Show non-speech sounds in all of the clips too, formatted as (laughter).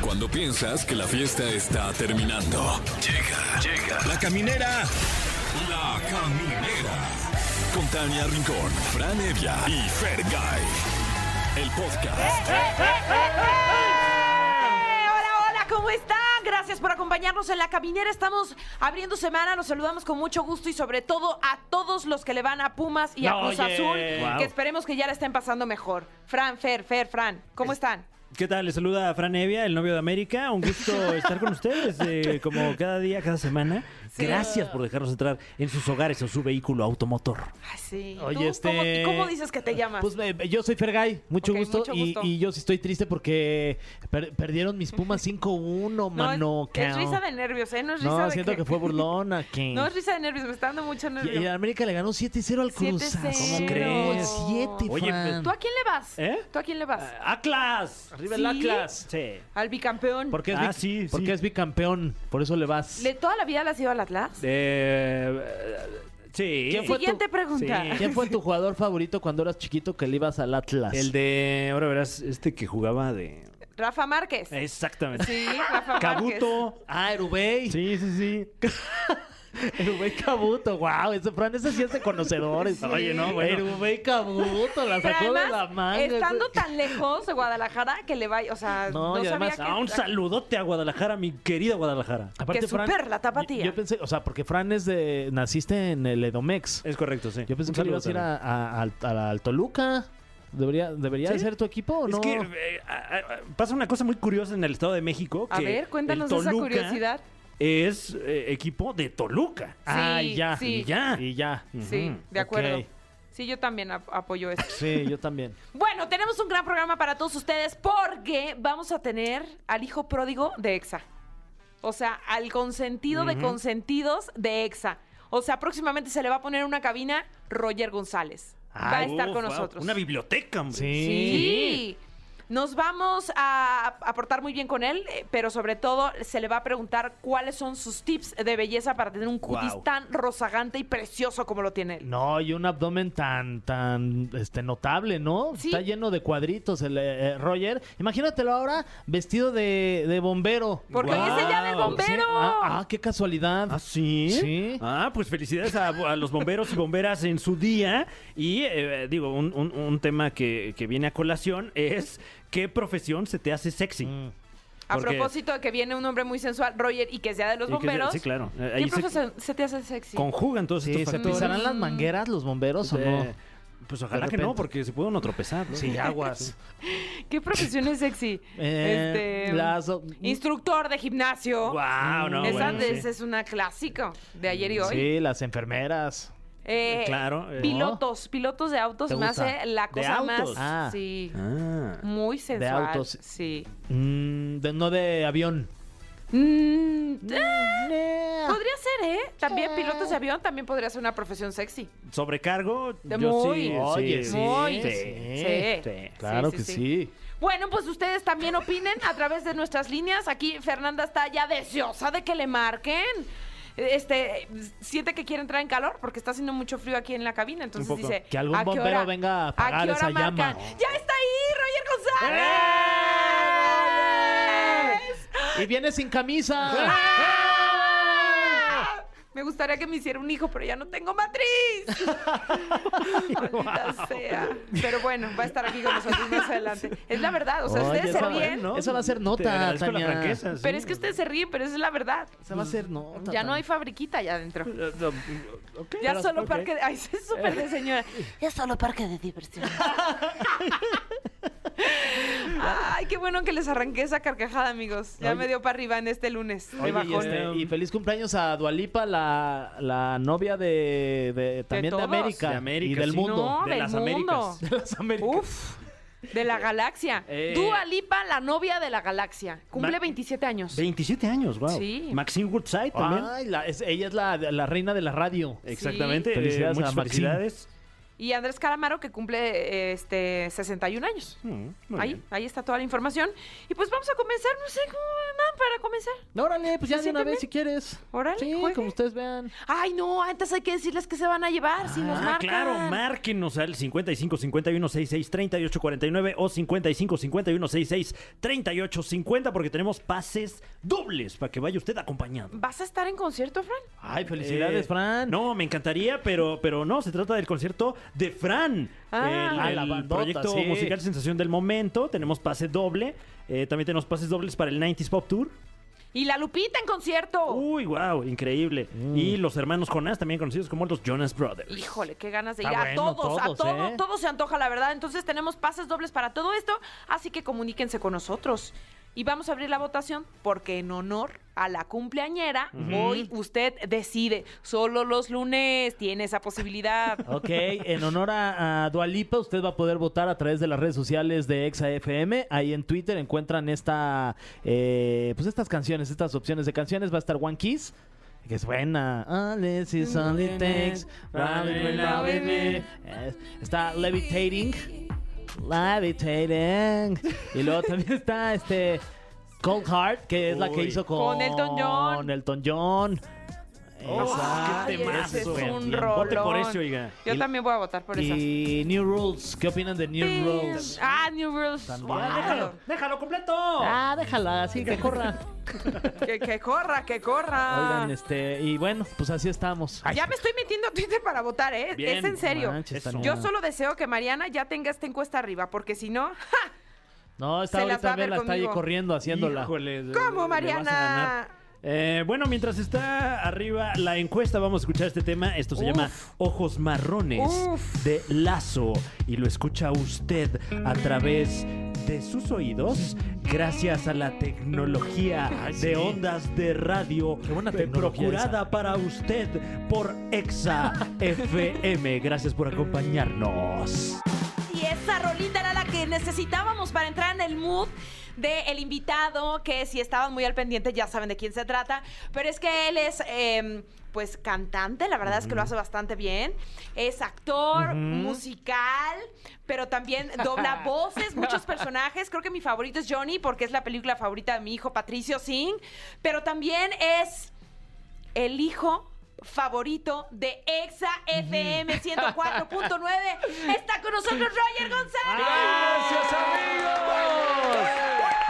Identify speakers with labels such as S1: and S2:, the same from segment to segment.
S1: Cuando piensas que la fiesta está terminando. Llega, llega. La caminera. La caminera. Con Tania Rincón, Fran Evia y Fergay. El podcast.
S2: Hola, hola, ¿cómo están? Gracias por acompañarnos en la caminera. Estamos abriendo semana, los saludamos con mucho gusto y sobre todo a todos los que le van a Pumas y a
S3: No,
S2: Cruz
S3: oye.
S2: Azul,
S3: Wow.
S2: que esperemos que ya la estén pasando mejor. Fran, Fer, Fer, Fran, ¿cómo están?
S3: ¿Qué tal? Les saluda Fran Evia, el novio de América.
S2: (laughs)
S3: Un gusto estar con ustedes eh, como cada día, cada semana. Gracias por dejarnos entrar en sus hogares o su vehículo automotor.
S2: Ay, sí.
S4: Oye,
S2: ¿Tú cómo,
S4: este-
S2: cómo dices que te llamas?
S4: Pues eh, yo soy Fergay, mucho
S2: Ok,
S4: gusto.
S2: mucho
S4: y-
S2: gusto.
S4: Y, yo sí estoy triste porque per- perdieron mis
S2: (laughs)
S4: Pumas 5-1,
S2: no,
S4: mano.
S2: es, es
S4: cao.
S2: risa de nervios, ¿eh? No es risa
S4: No,
S2: de
S4: siento que... fue burlona.
S2: (laughs)
S4: que-
S2: No es risa de nervios, me está dando mucho
S4: y, y
S2: nervio.
S4: la América le ganó 7-0 al Cruz
S2: 7-0.
S4: Azul.
S3: ¿Cómo crees?
S4: 7,
S3: Oye,
S4: Fran.
S2: ¿Tú a quién le vas?
S3: ¿Eh?
S2: ¿Tú a quién le vas?
S4: Ah.
S3: ¡Atlas!
S4: Arriba
S2: ¿Sí?
S4: el Atlas.
S3: Sí.
S2: Al bicampeón.
S4: Porque es,
S3: Ah,
S4: bic-
S3: sí,
S4: porque
S3: sí.
S4: es bicampeón, por eso le vas.
S2: ¿Le- ¿Toda la vida le has ido al Atlas?
S3: Eh, sí.
S4: ¿Quién fue tu-
S2: Siguiente pregunta.
S3: Sí.
S4: ¿Quién fue tu jugador favorito cuando eras chiquito que le ibas al Atlas?
S3: El de. Ahora verás, este que jugaba de.
S2: Rafa Márquez.
S3: (laughs)
S4: Eh.
S3: Exactamente.
S2: Sí, Rafa Márquez.
S3: Cabuto.
S4: Ah, Erubey.
S3: Sí, sí, sí.
S4: Erubey Cabuto, wow, ese Fran, ese sí es de conocedores.
S3: (laughs) Oye, no, bueno.
S4: Erubey Cabuto, la
S2: Pero
S4: sacó de la
S2: además,
S4: manga.
S2: estando tan lejos de Guadalajara que le vaya, o sea, no,
S4: No, y
S2: sabía
S4: además,
S2: que...
S3: Ah, un saludote a Guadalajara, mi querida Guadalajara.
S2: que super la tapatía.
S4: Yo, yo pensé, o sea, porque Fran es de. Naciste en el Edomex.
S3: Es correcto, sí.
S4: Yo pensé
S3: Un
S4: que
S3: saludo
S4: ibas a ir
S3: también.
S4: a- a- al, al- al Toluca. ¿Debería, debería
S3: ¿Sí?
S4: de ser tu equipo o no?
S3: Es que eh, a- a- pasa una cosa muy curiosa en el Estado de México.
S2: A
S3: que
S2: ver, cuéntanos
S3: el
S2: esa
S3: Toluca
S2: curiosidad.
S3: Es eh, equipo de Toluca.
S4: Ah, y ya.
S2: sí.
S3: Y ya.
S4: Y ya.
S2: Sí,
S3: Ujú,
S2: de acuerdo.
S4: ok.
S2: Sí, yo también ap- apoyo eso.
S4: Sí, yo también.
S2: Bueno, tenemos un gran programa para todos ustedes porque vamos a tener al hijo pródigo de EXA. O sea, al consentido de consentidos de EXA. O sea, próximamente se le va a poner en una cabina Roger González. va a
S3: Ay,
S2: estar
S3: uf,
S2: con
S3: wow,
S2: nosotros.
S3: Ah, uh, Una biblioteca, hombre.
S4: Sí.
S2: Sí. Nos vamos a aportar muy bien con él, eh, pero sobre todo se le va a preguntar cuáles son sus tips de belleza para tener un cutis
S3: Guau.
S2: tan rozagante y precioso como lo tiene él.
S4: No, y un abdomen tan, tan, este, notable, ¿no?
S2: Sí.
S4: Está lleno de cuadritos el eh, eh, Roger. Imagínatelo ahora vestido de, de bombero.
S2: Porque
S3: Guau.
S2: hoy es el día del
S4: Sí.
S2: bombero.
S4: Ah, ah, qué casualidad.
S3: ¿Ah, sí?
S4: Sí.
S3: Ah, pues felicidades a, a los bomberos y bomberas en su día. Y eh, digo, un, un- un tema que, que viene a colación es ¿qué profesión se te hace sexy?
S4: Mm.
S2: a
S3: porque-
S2: propósito de que viene un hombre muy sensual, Roger, y que sea de los
S3: Y que-
S2: bomberos.
S3: sí, claro. Eh,
S2: ¿Qué
S3: Ahí se
S2: profesión se te hace sexy?
S3: conjugan todos
S4: Sí,
S3: estos
S4: ¿se
S3: factores.
S4: pisarán las mangueras los bomberos o no?
S3: Eh, Pues ojalá que no,
S4: repente.
S3: porque se puede uno tropezar. ¿no?
S4: Sí, aguas.
S2: ¿Qué profesión es
S3: (laughs)
S2: sexy?
S4: Eh,
S2: Este,
S4: las-
S2: Instructor de gimnasio.
S3: Guau, no,
S2: Esa
S3: bueno,
S2: de-
S3: sí.
S2: esa es una clásica de ayer (laughs) y hoy.
S4: Sí, las enfermeras.
S2: Eh,
S3: Claro, eh.
S2: Pilotos, pilotos de autos
S4: ¿Te
S2: me
S4: gusta?
S2: hace la
S3: ¿De
S2: cosa más.
S3: autos?
S4: Ah.
S2: Sí.
S3: Ah.
S2: Muy sensual.
S4: autos.
S2: Sí.
S4: Mm, de- no de avión.
S2: Mm, ah, podría ser, ¿eh? También pilotos de avión también podría ser una profesión sexy.
S3: Sobrecargo,
S2: De
S3: yo
S2: muy.
S3: sí,
S4: Oye,
S3: sí.
S4: sí.
S2: Muy. Sí.
S3: sí.
S4: Claro
S2: Sí,
S4: que
S2: sí,
S4: sí.
S2: Bueno, pues ustedes también opinen a través de nuestras líneas. Aquí Fernanda está ya deseosa de que le marquen. Este, siente que quiere entrar en calor porque está haciendo mucho frío aquí en la cabina. Entonces
S3: poco.
S2: dice:
S4: Que algún
S2: ¿a qué
S4: bombero
S2: hora-
S4: venga a
S2: qué
S4: apagar
S2: hora
S4: esa llama?
S2: marcan? ¡Ya está ahí, Roger González!
S4: Y viene sin camisa.
S2: Ah. Me gustaría que me hiciera un hijo, pero ya no tengo matriz. Maldita sea. Pero bueno, va a estar aquí con nosotros más adelante. Es la verdad, o sea,
S4: Oye,
S2: ustedes se
S4: esa-
S2: ríen.
S4: ¿no? Esa va a ser nota,
S3: Te agradezco la
S4: Tania.
S3: franqueza, sí.
S2: Pero es que ustedes se ríen, pero esa es la verdad.
S4: Se va a hacer nota.
S2: Ya no
S4: Tania.
S2: hay fabriquita allá adentro.
S3: Eh, no, ok.
S2: Ya
S3: Pero-
S2: solo
S3: ok.
S2: parque de... Ay, sí, es súper de señora.
S5: Es solo parque de diversión.
S2: Ay, qué bueno que les arranqué esa carcajada, amigos. Ya me dio para arriba en este lunes. de
S4: Oye, y,
S2: bajón.
S4: este,
S3: Um,
S4: y feliz cumpleaños a Dualipa, la, la novia de, de- también de,
S2: todos.
S4: América,
S3: De América,
S4: y del
S3: sí.
S4: mundo.
S2: No,
S3: de
S2: del
S3: las
S2: mundo.
S3: Américas. (laughs)
S4: Las Américas.
S2: Uf, de la galaxia.
S3: Eh.
S2: Dua Lipa, la novia de la galaxia. Cumple
S3: Ma-
S2: 27 años.
S3: 27 años, wow.
S2: Sí.
S3: Maxine Woodside también.
S4: Ay, la- es- ella es la, la reina de la radio.
S3: Exactamente.
S4: Felicidades
S3: eh, muchas
S4: a Maxine.
S3: felicidades.
S2: y Andrés Calamaro, que cumple eh, este 61 años.
S3: Mm, muy
S2: ahí,
S3: bien.
S2: ahí está toda la información. Y pues vamos a comenzar, no sé cómo van para comenzar.
S4: Órale, pues ya
S2: ¿Se
S4: de una
S2: sienten
S4: vez si quieres.
S2: Órale,
S4: Sí,
S2: juegue.
S4: como ustedes vean.
S2: Ay, no, antes hay que decirles que se van a llevar, si nos
S3: Ah,
S2: marcan.
S3: claro, márquenos al 55 51 66 38 49 o 55 51 66 38 50 porque tenemos pases dobles para que vaya usted acompañado.
S2: ¿Vas a estar en concierto, Fran?
S4: Ay, felicidades,
S3: Eh,
S4: Fran.
S3: No, me encantaría, pero, pero no, se trata del concierto de Fran.
S2: Ah.
S3: el
S4: Ah, la
S3: el
S4: bandota,
S3: proyecto
S4: sí.
S3: musical Sensación del Momento. Tenemos pase doble. Eh, también tenemos pases dobles para el 90s Pop Tour.
S2: Y la Lupita en
S4: Oh.
S2: concierto.
S3: Uy, wow, increíble.
S4: Mm.
S3: Y los hermanos Jonas, también conocidos como los Jonas Brothers.
S2: Híjole, qué ganas de ir
S4: Está
S2: a
S4: bueno,
S2: todos, a
S4: todos,
S2: todo,
S4: ¿eh?
S2: todo se antoja, la verdad. Entonces tenemos pases dobles para todo esto, así que comuníquense con nosotros. Y vamos a abrir la votación porque en honor a la cumpleañera, hoy usted decide. Solo los lunes tiene esa
S4: (laughs)
S2: posibilidad.
S4: Ok, en honor a, a Dualipa, usted va a poder votar a través de las redes sociales de ExaFM. Ahí en Twitter encuentran esta, eh, pues estas canciones, estas opciones de canciones. Va a estar One Kiss, que es buena. All this
S2: Mm.
S4: is all it takes. Rabbit, rabbit, rabbit. Eh, Está Levitating. Levitating. Y luego también está este Cold Heart, que es la que
S3: Uy.
S4: hizo con,
S2: Con Elton John.
S4: Con Elton John.
S3: Oh,
S4: Esa-
S3: qué
S2: Ay,
S3: temazo.
S2: ese es
S3: Bien,
S2: un
S3: bien.
S2: rolón.
S3: Vote por ese, oiga.
S2: Yo
S4: Y-
S2: también voy a votar por esas.
S4: y New Rules, ¿qué opinan de New Rules?
S2: Ah, New Rules.
S4: También.
S2: Wow.
S3: Déjalo, déjalo completo.
S4: Ah, déjala, así que corra.
S2: Que, que corra, que corra.
S4: (laughs) Oigan, este, y bueno, pues así estamos.
S2: ya me estoy metiendo a Twitter para votar, ¿eh?
S3: Bien.
S2: es en serio.
S4: No manches,
S3: Eso.
S4: Tania.
S2: Yo solo deseo que Mariana ya tenga esta encuesta arriba, porque si
S3: (laughs)
S2: no, ¡ja!
S4: No, está
S2: se las va
S4: ahorita
S2: a ver
S4: Bella está ahí
S2: conmigo.
S4: corriendo haciéndola.
S3: Híjole, le- le vas
S2: ¿Cómo,
S3: a ganar.
S2: Mariana?
S3: Eh, bueno, mientras está arriba la encuesta, vamos a escuchar este tema. Esto se
S2: Uf.
S3: llama Ojos Marrones
S2: Uf.
S3: de Lazo. Y lo escucha usted a través de sus oídos gracias a la tecnología de ondas de radio
S4: Qué buena
S3: eh,
S4: tecnología
S3: procurada para usted por
S4: (laughs)
S3: Exa FM. Gracias por acompañarnos.
S2: Y esa rolita era la que necesitábamos para entrar en el mood del invitado, que si estaban muy al pendiente ya saben de quién se trata, pero es que él es... eh, pues cantante, la verdad es que lo hace bastante bien. Es actor, musical, pero
S3: (laughs)
S2: también dobla voces, muchos personajes. Creo que mi favorito es Johnny porque es la película favorita de mi hijo Patricio Singh, pero también es el hijo favorito de Exa FM 104.9. Está con nosotros Roger González.
S6: ¡Gracias, amigos!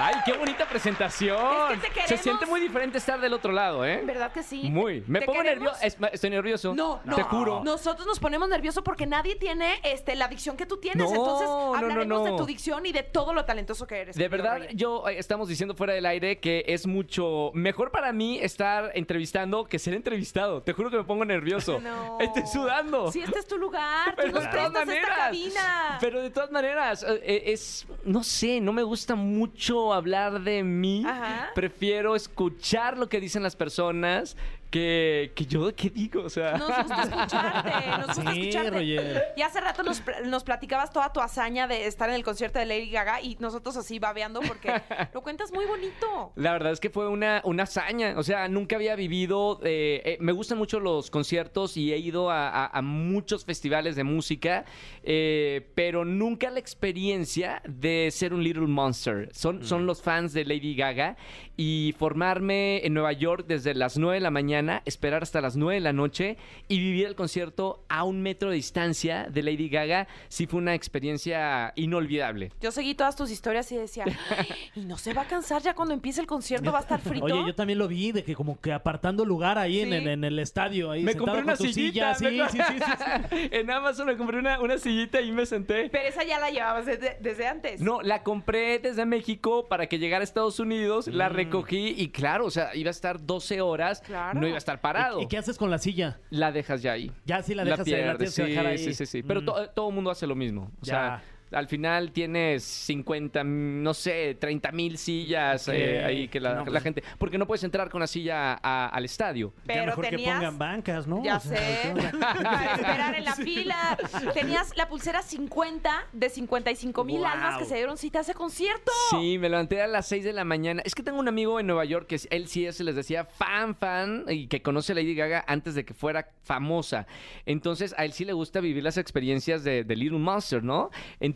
S6: ¡Ay, qué bonita presentación!
S2: Es que te queremos.
S6: Se siente muy diferente estar del otro lado, ¿eh?
S2: ¿Verdad que sí?
S6: Muy. Me
S2: ¿Te
S6: pongo
S2: queremos?
S6: nervioso. Estoy nervioso.
S2: No, no.
S6: Te juro.
S2: Nosotros nos ponemos nerviosos porque nadie tiene este, la adicción que tú tienes.
S6: No,
S2: Entonces
S6: no, no,
S2: hablaremos de
S6: no.
S2: tu dicción y de todo lo talentoso que eres.
S6: De
S2: querido
S6: verdad,
S2: Roger.
S6: yo eh, estamos diciendo fuera del aire que es mucho mejor para mí estar entrevistando que ser entrevistado. Te juro que me pongo nervioso.
S2: (laughs) No.
S6: Estoy sudando.
S2: Si este es tu lugar, tú
S6: (laughs) Pero
S2: nos
S6: de todas
S2: prestas esta
S6: maneras,
S2: cabina.
S6: pero de todas maneras, eh, eh, es, no sé, no me gusta mucho hablar de mí.
S2: Ajá.
S6: Prefiero escuchar lo que dicen las personas que, que yo, ¿qué digo? O sea,
S2: Nos gusta escucharte, nos gusta
S4: Sí,
S2: escucharte.
S4: Roger.
S2: Y hace rato nos, pl- nos platicabas toda tu hazaña de estar en el concierto de Lady Gaga y nosotros así babeando
S3: (laughs)
S2: porque lo cuentas muy bonito.
S6: La verdad es que fue una, una hazaña, o sea, nunca había vivido, eh, eh, me gustan mucho los conciertos y he ido a, a- a muchos festivales de música, eh, pero nunca la experiencia de ser un Little Monster. Son, son los fans de Lady Gaga y formarme en Nueva York desde las 9 de la mañana, esperar hasta las 9 de la noche y vivir el concierto a un metro de distancia de Lady Gaga, sí fue una experiencia inolvidable.
S2: Yo seguí todas tus historias y decía, "Ay, y no se va a cansar ya cuando empiece el concierto, va a estar frito.
S4: Oye, yo también lo vi de que como que apartando lugar ahí en,
S2: Sí.
S4: el, en el estadio, ahí
S6: Me
S4: sentado
S6: compré una
S4: con tu
S6: sillita.
S4: silla,
S6: me
S4: sí, sí,
S6: co-
S4: sí, sí, sí.
S6: en Amazon me compré una, una sillita y me senté.
S2: Pero esa ya la llevabas desde, desde antes.
S6: No, la compré desde México para que llegara a Estados Unidos, la
S4: Mm.
S6: recogí y claro, o sea, iba a estar 12 horas,
S2: Claro.
S6: no iba a estar (laughs) parado.
S4: ¿Y qué haces con la silla?
S6: La dejas ya ahí.
S4: Ya sí la dejas ahí, la tienes que
S6: sí,
S4: dejar ahí.
S6: sí, sí, sí. Pero
S4: Mm.
S6: to- todo el mundo hace lo mismo. O
S4: Ya.
S6: sea, Al final tienes 50, no sé, 30 mil sillas eh, ahí que la,
S3: No,
S6: la
S3: pues-
S6: gente... Porque no puedes entrar con la silla a- al estadio.
S3: ya
S2: Pero
S3: mejor que
S2: tenías.
S3: pongan bancas, ¿no?
S2: Ya
S3: O sea,
S2: sé.
S3: ¿qué onda?
S2: (laughs) Para esperar en la fila. Tenías la pulsera 50 de 55 mil
S3: Guau.
S2: almas que se dieron cita a ese concierto. (laughs)
S6: Sí, me levanté a las 6 de la mañana. Es que tengo un amigo en Nueva York que es- él sí es, les decía, fan, fan, y que conoce a Lady Gaga antes de que fuera famosa. Entonces, a él sí le gusta vivir las experiencias de, de Little Monster, ¿no?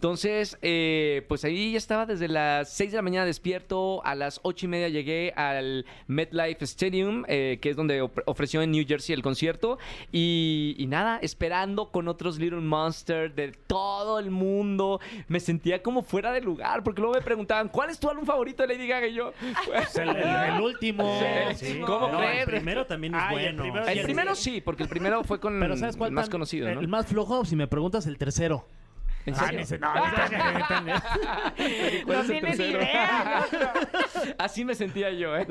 S6: Entonces, eh, pues ahí ya estaba desde las 6 de la mañana despierto. A las 8 y media llegué al MetLife Stadium, eh, que es donde op- ofreció en New Jersey el concierto. Y, y nada, esperando con otros Little Monster de todo el mundo. Me sentía como fuera de lugar, porque luego me preguntaban, ¿cuál es tu álbum favorito de Lady Gaga? Y yo,
S4: (laughs) Pues el, el último.
S6: Sí, sí. ¿Cómo
S3: No,
S6: crees?
S3: El primero también es
S4: Ay, el
S3: bueno.
S4: primero
S6: el primero sí, porque el primero fue con
S4: Pero ¿sabes cuál?
S6: el más
S4: tan-
S6: conocido, ¿no?
S4: El más Ah, flojo, si me preguntas, el tercero.
S6: ¿En serio?
S2: No tienes
S6: tercero?
S4: (laughs)
S2: idea.
S6: Así me sentía yo, ¿eh?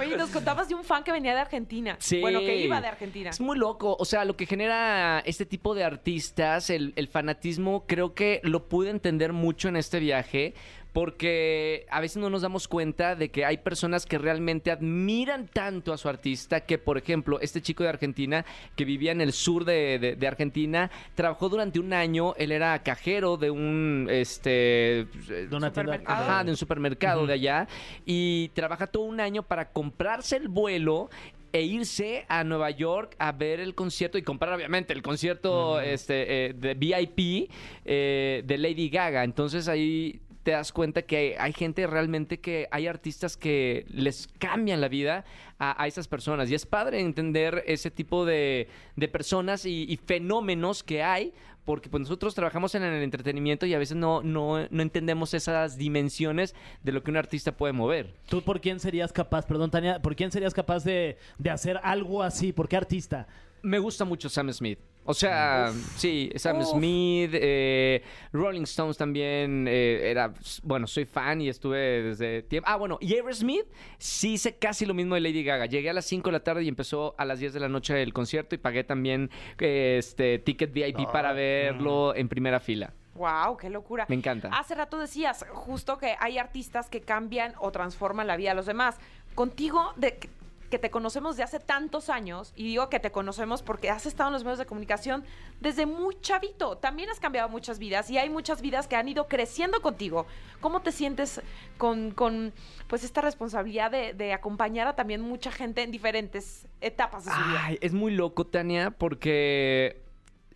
S2: Oye, nos contabas de un fan que venía de Argentina. Bueno, que iba de Argentina.
S6: Es muy loco. O sea, lo que genera este tipo de artistas, el, el fanatismo, creo que lo pude entender mucho en este viaje. Porque a veces no nos damos cuenta de que hay personas que realmente admiran tanto a su artista que, por ejemplo, este chico de Argentina que vivía en el sur de, de- de Argentina, trabajó durante un año, él era cajero de un, este,
S4: De una tienda-
S2: Supermercado.
S6: Ajá, de un supermercado de allá. Y trabaja todo un año para comprarse el vuelo e irse a Nueva York a ver el concierto y comprar obviamente el concierto este, eh, de VIP eh, de Lady Gaga. Entonces ahí te das cuenta que hay, hay gente realmente que hay artistas que les cambian la vida a, a esas personas. Y es padre entender ese tipo de, de personas y, y fenómenos que hay, porque pues, nosotros trabajamos en el entretenimiento y a veces no, no, no entendemos esas dimensiones de lo que un artista puede mover.
S4: ¿Tú por quién serías capaz, perdón, Tania, por quién serías capaz de, de hacer algo así? ¿Por qué artista?
S6: Me gusta mucho Sam Smith. O sea, sí, Sam
S2: Uf.
S6: Smith, eh, Rolling Stones también eh, era, bueno, soy fan y estuve desde tiempo. Ah, bueno, y Aerosmith sí hice casi lo mismo de Lady Gaga. Llegué a las 5 de la tarde y empezó a las 10 de la noche el concierto y pagué también eh, este ticket VIP
S2: Ah.
S6: para verlo en primera fila.
S2: Wow, qué locura.
S6: Me encanta.
S2: Hace rato decías justo que hay artistas que cambian o transforman la vida de los demás. Contigo, de que- que te conocemos de hace tantos años, y digo que te conocemos porque has estado en los medios de comunicación desde muy chavito, también has cambiado muchas vidas y hay muchas vidas que han ido creciendo contigo. ¿Cómo te sientes con, con, pues esta responsabilidad de, de acompañar a también mucha gente en diferentes etapas de su vida?
S6: Ay, es muy loco, Tania, porque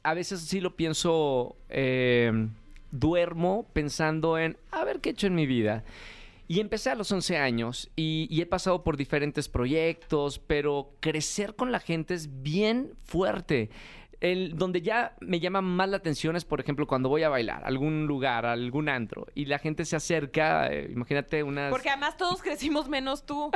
S6: a veces sí lo pienso, eh, duermo pensando en, a ver qué he hecho en mi vida. Y empecé a los 11 años y, y he pasado por diferentes proyectos, pero crecer con la gente es bien fuerte. El, donde ya me llama más la atención es, por ejemplo, cuando voy a bailar a algún lugar, a algún antro, y la gente se acerca, eh, imagínate unas...
S2: Porque además todos crecimos menos
S6: (laughs)
S2: tú.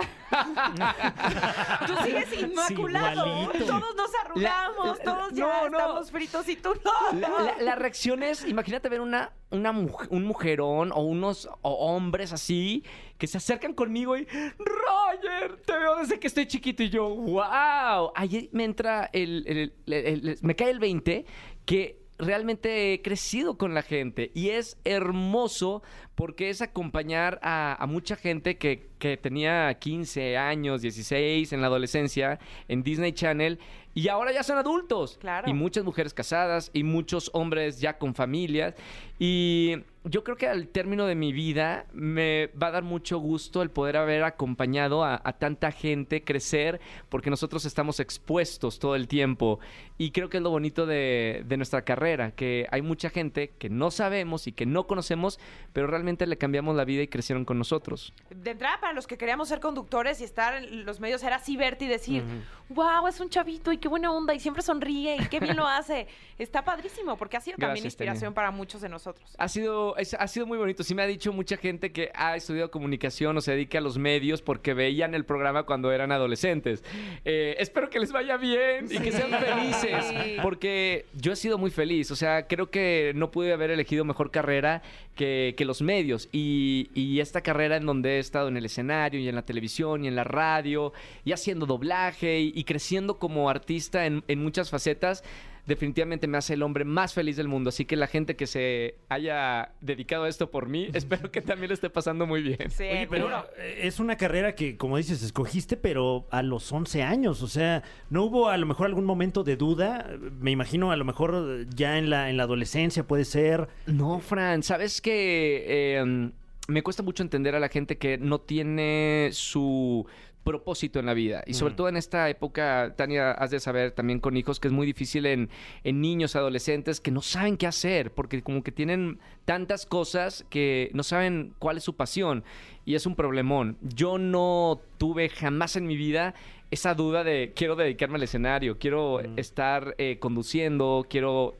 S2: tú sigues inmaculado.
S3: igualito.
S2: Todos nos arrugamos,
S6: La- la-
S2: todos ya
S6: no, no.
S2: estamos fritos y tú no.
S6: La, la- la reacción es, imagínate ver una, una muj- un mujerón o unos o hombres así que se acercan conmigo y, Roger, te veo desde que estoy chiquito y yo, wow. Ahí me entra el, el- el- el- el- me cae el 20 que realmente he crecido con la gente y es hermoso porque es acompañar a, a mucha gente que, que tenía 15 años, 16 en la adolescencia en Disney Channel y ahora ya son adultos
S2: Claro.
S6: y muchas mujeres casadas y muchos hombres ya con familias. Y yo creo que al término de mi vida me va a dar mucho gusto el poder haber acompañado a, a tanta gente crecer, porque nosotros estamos expuestos todo el tiempo. Y creo que es lo bonito de, de nuestra carrera, que hay mucha gente que no sabemos y que no conocemos, pero realmente le cambiamos la vida y crecieron con nosotros.
S2: De entrada, para los que queríamos ser conductores y estar en los medios, era así verte y decir, wow, es un chavito y qué buena onda y siempre sonríe y qué bien lo hace. Está padrísimo porque ha sido también
S6: Gracias, Tania.
S2: inspiración para muchos de nosotros.
S6: Ha sido, es- ha sido muy bonito. Sí me ha dicho mucha gente que ha estudiado comunicación o se dedica a los medios porque veían el programa cuando eran adolescentes. Eh, espero que les vaya bien y que sean
S2: Sí.
S6: felices. Porque yo he sido muy feliz. O sea, creo que no pude haber elegido mejor carrera que, que los medios. Y, y esta carrera en donde he estado en el escenario y en la televisión y en la radio y haciendo doblaje y, y creciendo como artista en, en muchas facetas. definitivamente me hace el hombre más feliz del mundo. Así que la gente que se haya dedicado a esto por mí, (laughs) espero que también le esté pasando muy bien.
S2: Sí,
S3: Oye, pero
S2: seguro.
S3: eh, es una carrera que, como dices, escogiste, pero a los 11 años. O sea, no hubo a lo mejor algún momento de duda. Me imagino, a lo mejor eh, ya en la, en la adolescencia puede ser.
S6: No, Fran, sabes que eh, me cuesta mucho entender a la gente que no tiene su propósito en la vida. Y sobre todo en esta época, Tania, has de saber también con hijos que es muy difícil en, en niños, adolescentes, que no saben qué hacer, porque como que tienen tantas cosas que no saben cuál es su pasión. Y es un problemón. Yo no tuve jamás en mi vida esa duda de quiero dedicarme al escenario, quiero estar eh, conduciendo, quiero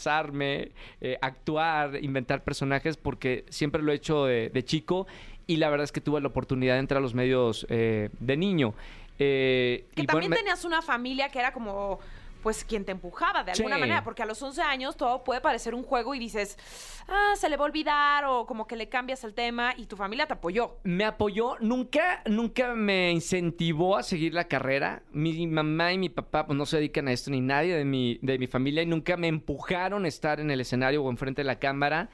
S6: disfrazarme, eh, actuar, inventar personajes, porque siempre lo he hecho de, de chico y la verdad es que tuve la oportunidad de entrar a los medios eh, de niño. Eh,
S2: Que
S6: y bueno,
S2: también
S6: me-
S2: tenías una familia que era como, pues, quien te empujaba de alguna
S6: Sí.
S2: manera, porque a los 11 años todo puede parecer un juego y dices, ah, se le va a olvidar o como que le cambias el tema y tu familia te apoyó.
S6: me apoyó, nunca, nunca me incentivó a seguir la carrera. Mi mamá y mi papá pues, no se dedican a esto, ni nadie de mi, de mi familia, y nunca me empujaron a estar en el escenario o enfrente de la cámara,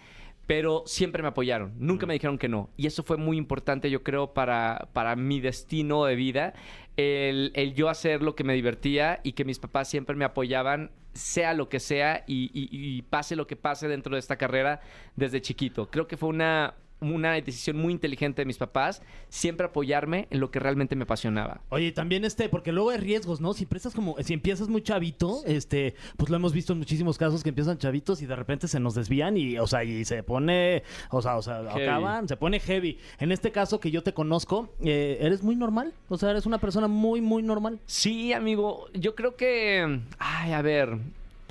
S6: pero siempre me apoyaron, nunca me dijeron que no. Y eso fue muy importante, yo creo, para, para mi destino de vida, el, el yo hacer lo que me divertía y que mis papás siempre me apoyaban sea lo que sea y, y- y pase lo que pase dentro de esta carrera desde chiquito. Creo que fue una una decisión muy inteligente de mis papás, siempre apoyarme en lo que realmente me apasionaba.
S4: Oye, también este, porque luego hay riesgos, ¿no? Si empiezas como, si empiezas muy chavito, este, pues lo hemos visto en muchísimos casos que empiezan chavitos y de repente se nos desvían y, o sea, y se pone, o sea, o sea,
S6: Heavy.
S4: acaban, se pone heavy. En este caso que yo te conozco, eh, eres muy normal, o sea, eres una persona muy, muy normal.
S6: Sí, amigo, yo creo que... Ay, a ver,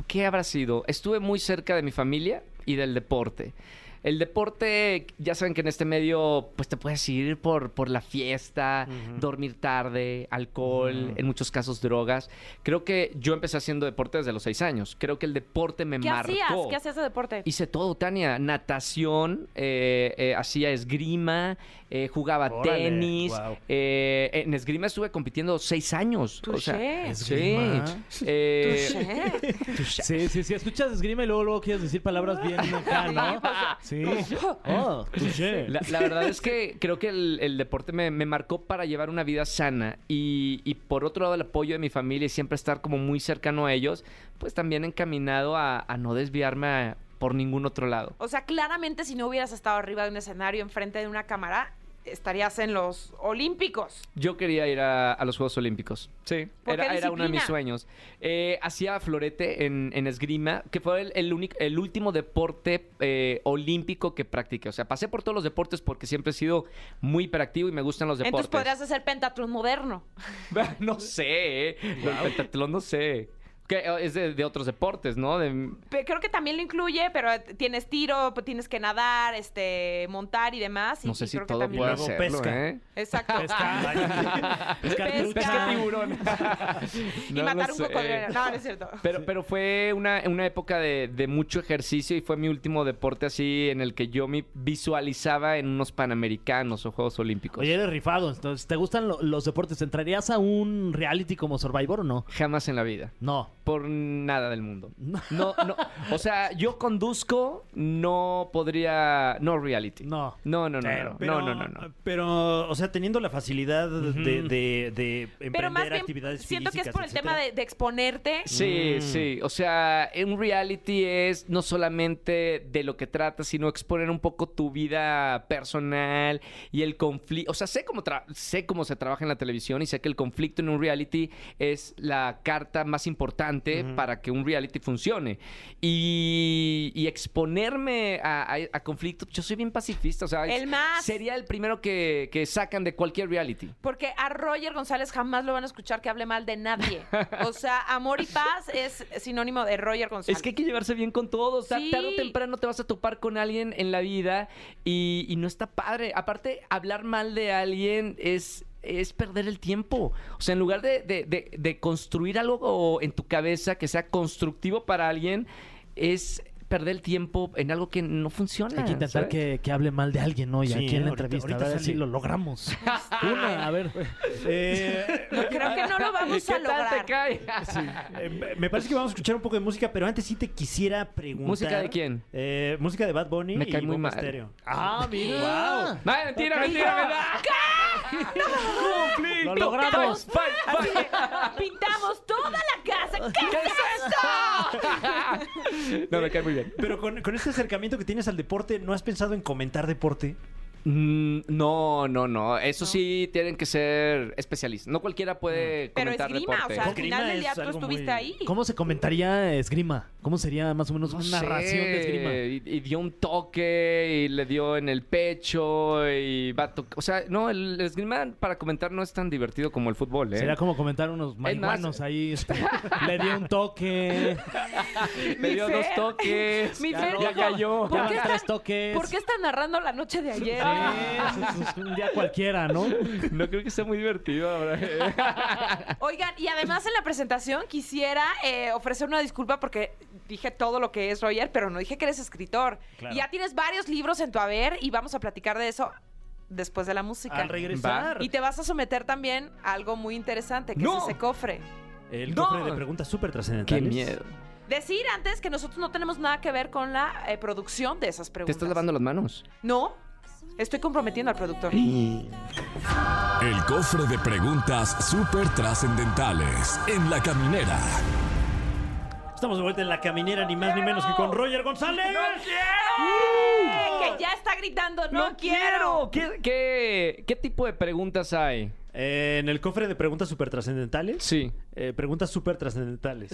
S6: ¿qué habrá sido? Estuve muy cerca de mi familia y del deporte. El deporte, ya saben que en este medio, pues te puedes ir por, por la fiesta, dormir tarde, alcohol, en muchos casos drogas. Creo que yo empecé haciendo deporte desde los seis años. Creo que el deporte me
S2: ¿Qué
S6: marcó.
S2: hacías? ¿Qué hacías de deporte?
S6: Hice todo, Tania. Natación, eh, eh, hacía esgrima, eh, jugaba
S4: Órale,
S6: tenis.
S4: guau.
S6: eh, en esgrima estuve compitiendo seis años. O sea,
S2: Touché.
S6: sí.
S4: Esgrima.
S6: Eh,
S2: Touché.
S4: Sí, sí, sí, escuchas esgrima y luego, luego quieres decir palabras
S6: (laughs)
S4: bien acá, ¿no? Sí. Oh, touché.
S6: pues La, la verdad es que creo que el, el deporte me, me marcó para llevar una vida sana y, y por otro lado el apoyo de mi familia y siempre estar como muy cercano a ellos, pues también encaminado a, a no desviarme a- por ningún otro lado.
S2: O sea, claramente si no hubieras estado arriba de un escenario enfrente de una cámara, estarías en los Olímpicos.
S6: Yo quería ir a, a los Juegos Olímpicos. Sí.
S2: ¿Por qué
S6: Era, era uno de mis
S2: disciplina?
S6: sueños. Eh, hacía florete en, en esgrima, que fue el, el único- el último deporte eh, olímpico que practiqué. O sea, pasé por todos los deportes porque siempre he sido muy hiperactivo y me gustan los deportes. Ah,
S2: Entonces
S6: (laughs)
S2: podrías hacer pentatlón moderno.
S6: no sé, eh. Lo del pentatlón no sé. Que, eh, Es de, de otros deportes, ¿no? De-
S2: Pe- Creo que también lo incluye, pero eh, tienes tiro, pues, tienes que nadar, este, montar y demás. y-
S6: no sé
S2: y
S6: si
S2: creo que
S6: todo
S2: también-
S6: puede ¿eh?
S3: Luego
S6: ser.
S3: pesca.
S2: Exacto.
S6: Ah.
S4: Pescar
S6: (laughs)
S2: Pesca.
S4: trucha.
S2: Pesca
S6: tiburón.
S2: (laughs) y
S6: No lo
S2: matar un
S6: sé.
S2: cocodrilo. No, no es cierto.
S6: Pero, pero fue una, una época de, de mucho ejercicio y fue mi último deporte así en el que yo me visualizaba en unos Panamericanos o Juegos Olímpicos.
S4: Oye, eres rifado, entonces, ¿te gustan lo- los deportes? ¿Entrarías a un reality como Survivor o no?
S6: Jamás en la vida.
S4: No.
S6: Por nada del mundo. No, no. O sea, yo conduzco, no podría. No reality.
S4: No.
S6: No, no, no.
S3: Pero-
S6: No, no, no, no, no.
S3: Pero, o sea, teniendo la facilidad de, de, de emprender
S2: Pero más bien,
S3: actividades
S2: siento que es
S3: físicas,
S2: por el tema
S3: etcétera.
S2: de, de exponerte.
S6: Sí, sí. O sea, un reality es no solamente de lo que trata, sino exponer un poco tu vida personal y el conflicto. O sea, sé cómo, tra- sé cómo se trabaja en la televisión y sé que el conflicto en un reality es la carta más importante para que un reality funcione. Y, y exponerme a, a- a conflictos, yo soy bien pacifista. O sea, es-
S2: El más.
S6: sería el primero que, que sacan de cualquier reality.
S2: Porque a Roger González jamás lo van a escuchar que hable mal de nadie. O sea, amor y paz es sinónimo de Roger González.
S6: Es que hay que llevarse bien con todos. Ta-
S2: Sí.
S6: Tarde o temprano te vas a topar con alguien en la vida y, y no está padre. Aparte, hablar mal de alguien es, es perder el tiempo. O sea, en lugar de, de- de- de construir algo en tu cabeza que sea constructivo para alguien, es perder el tiempo en algo que no funciona.
S4: Hay que intentar
S6: ¿sabes?
S4: que, que hable mal de alguien hoy
S3: Sí,
S4: aquí en la
S3: ahorita-
S4: entrevista.
S3: ahorita
S4: a ver
S3: sale.
S4: si lo logramos. Una, a ver.
S3: Eh,
S2: No, creo que no
S6: (laughs)
S2: lo vamos a
S6: ¿Qué tal te
S2: lograr.
S6: cae?
S3: eh, me parece que vamos a escuchar un poco de música, pero antes sí te quisiera preguntar.
S6: ¿Música de quién?
S3: Eh, música de Bad Bunny
S6: Me cae
S3: y
S6: muy
S3: Bomba
S6: mal.
S3: Estéreo.
S4: Ah, (laughs) mira.
S6: (laughs) No, mentira, mentira, mentira.
S4: Lo
S6: ¡Conflicto!
S4: logramos.
S6: Fight, fight, fight.
S2: Pintamos toda la casa. ¿Qué,
S6: ¿Qué es esto? no, me cae muy bien.
S3: Pero con, con este acercamiento que tienes al deporte, ¿no has pensado en comentar deporte?
S6: Mm, No, no, no. Eso sí tienen que ser especialistas. No cualquiera puede
S2: Pero
S6: comentar
S2: esgrima,
S6: deporte.
S2: o sea, al
S3: Esgrima
S2: final del día
S3: es
S2: tú
S3: algo
S2: estuviste
S3: muy-
S2: ahí.
S4: ¿Cómo se comentaría esgrima? ¿Cómo sería más o menos
S6: No
S4: una
S6: sé,
S4: narración de esgrima?
S6: Y, y dio un toque y le dio en el pecho y va a tocar. O sea, no, el esgrima para comentar no es tan divertido como el fútbol, ¿eh?
S4: Sería como comentar unos marihuanos ahí. este, le dio un toque.
S6: Le dio
S2: Mi
S6: dos
S2: Fer.
S6: toques.
S2: Mi Fer
S6: ya
S2: dijo,
S6: cayó.
S2: ¿por
S4: Ya
S2: qué
S4: van tres
S2: están-
S4: toques.
S2: ¿Por qué está narrando la noche de ayer?
S4: Sí, eso es un día cualquiera, ¿no?
S6: No creo que sea muy divertido ahora. ¿eh?
S2: Oigan, y además en la presentación quisiera eh, ofrecer una disculpa porque dije todo lo que es Roger, pero no dije que eres escritor.
S3: Claro.
S2: Y ya tienes varios libros en tu haber y vamos a platicar de eso después de la música.
S3: Al regresar.
S2: Y te vas a someter también a algo muy interesante, que
S6: ¡No!
S2: es ese cofre.
S3: El
S6: ¡No!
S3: cofre de preguntas súper
S6: Qué
S3: trascendentales.
S6: miedo.
S2: Decir antes que nosotros no tenemos nada que ver con la eh, producción de esas
S6: ¿Te
S2: preguntas.
S6: estás lavando las manos?
S2: No, estoy comprometiendo al productor. ¡Eh!
S1: El cofre de preguntas súper trascendentales en la caminera.
S3: Estamos de vuelta en la caminera, ni más ni menos que con Roger González.
S2: Eh, que ya está gritando, no, quiero.
S6: ¿Qué, qué, qué tipo de preguntas hay?
S3: Eh, en el cofre de preguntas súper trascendentales.
S4: (laughs)
S6: Sí.
S3: eh, preguntas súper trascendentales.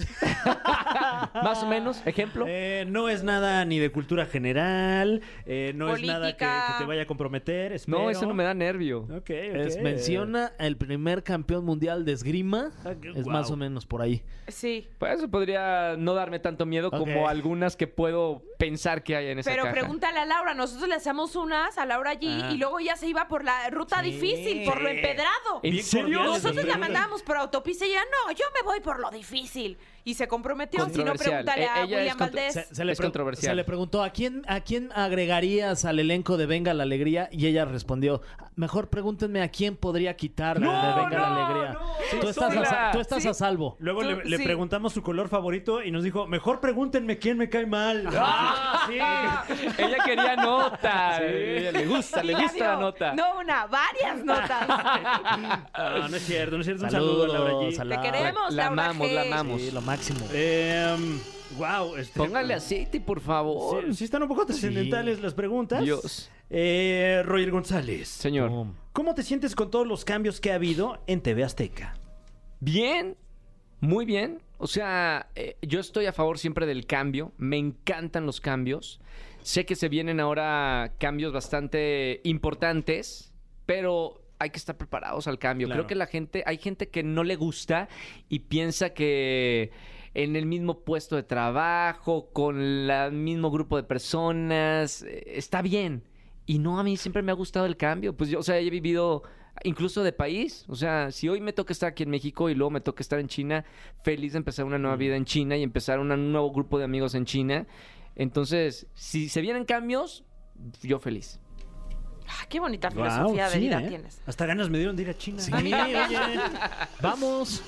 S6: Más o menos, ejemplo.
S3: Eh, no es nada ni de cultura general, eh, no es nada que,
S2: Política.
S3: que te vaya a comprometer.
S6: no,
S3: espero.
S6: eso no me da nervio.
S3: Ok, ok.
S4: Es, menciona el primer campeón mundial de esgrima.
S3: Ah, qué
S4: Es más
S3: guau.
S4: o menos por ahí.
S2: Sí.
S6: Pues eso podría no darme tanto miedo como
S4: Ok.
S6: algunas que puedo pensar que hay en esa
S2: Pero
S6: caja.
S2: pregúntale a Laura, nosotros le hacíamos unas a Laura allí
S3: Ah.
S2: y luego ya se iba por la ruta difícil, por lo empedrado.
S6: ¿En
S3: Bien
S6: serio?
S3: cordiales las
S2: Nosotros la
S3: preguntas.
S2: mandábamos por autopista y ella, no, yo me voy por lo difícil. Y se comprometió, si no,
S6: Controversial.
S2: pregúntale a
S6: Eh, ella es
S2: William
S6: contro-
S2: Valdés.
S6: se- Es controversial.
S4: se le preguntó ¿a quién, a quién agregarías al elenco de Venga la Alegría y ella respondió, mejor pregúntenme a quién podría quitar
S6: No,
S4: de Venga
S6: no,
S4: la Alegría.
S6: no,
S4: tú estás, a,
S6: sola. (laughs)
S4: sa- tú estás
S2: Sí.
S4: a salvo.
S3: Luego
S2: Tú-
S3: le, le
S2: sí.
S3: preguntamos su color favorito y nos dijo, mejor pregúntenme quién me cae mal.
S6: Ah,
S2: (laughs)
S6: ella quería nota. eh, Le gusta, le
S2: Y ya
S6: gusta la
S2: dio,
S6: nota.
S2: No una, varias
S6: (laughs)
S2: notas.
S3: Ah, no es cierto, no es cierto. Un saludo, Laura G.
S2: Te queremos,
S6: La
S2: Laura
S6: amamos,
S2: G.
S6: la amamos.
S4: Sí, lo máximo.
S3: Eh, wow, este,
S6: Póngale aceite, por favor.
S3: Sí, sí están un poco trascendentales las preguntas.
S6: Dios.
S3: Eh, Roger González.
S6: Señor.
S4: Pum.
S3: ¿Cómo te sientes con todos los cambios que ha habido en TV Azteca?
S6: Bien, muy bien. O sea, eh, yo estoy a favor siempre del cambio. Me encantan los cambios. Sé que se vienen ahora cambios bastante importantes, pero hay que estar preparados al cambio.
S3: Claro.
S6: Creo que la gente, hay gente que no le gusta y piensa que en el mismo puesto de trabajo, con el mismo grupo de personas, eh, está bien. Y no, a mí siempre me ha gustado el cambio. Pues yo, o sea, he vivido incluso de país. O sea, si hoy me toca estar aquí en México y luego me toca estar en China, feliz de empezar una nueva vida en China y empezar una- un nuevo grupo de amigos en China. Entonces, si se vienen cambios, yo feliz.
S2: Ah, qué bonita
S3: Guau,
S2: filosofía de
S3: sí,
S2: vida
S3: ¿eh?
S2: tienes.
S3: Hasta ganas me dieron de ir a China. Ah.
S4: Sí,
S2: A mí también.
S6: (laughs)
S4: oye. Vamos.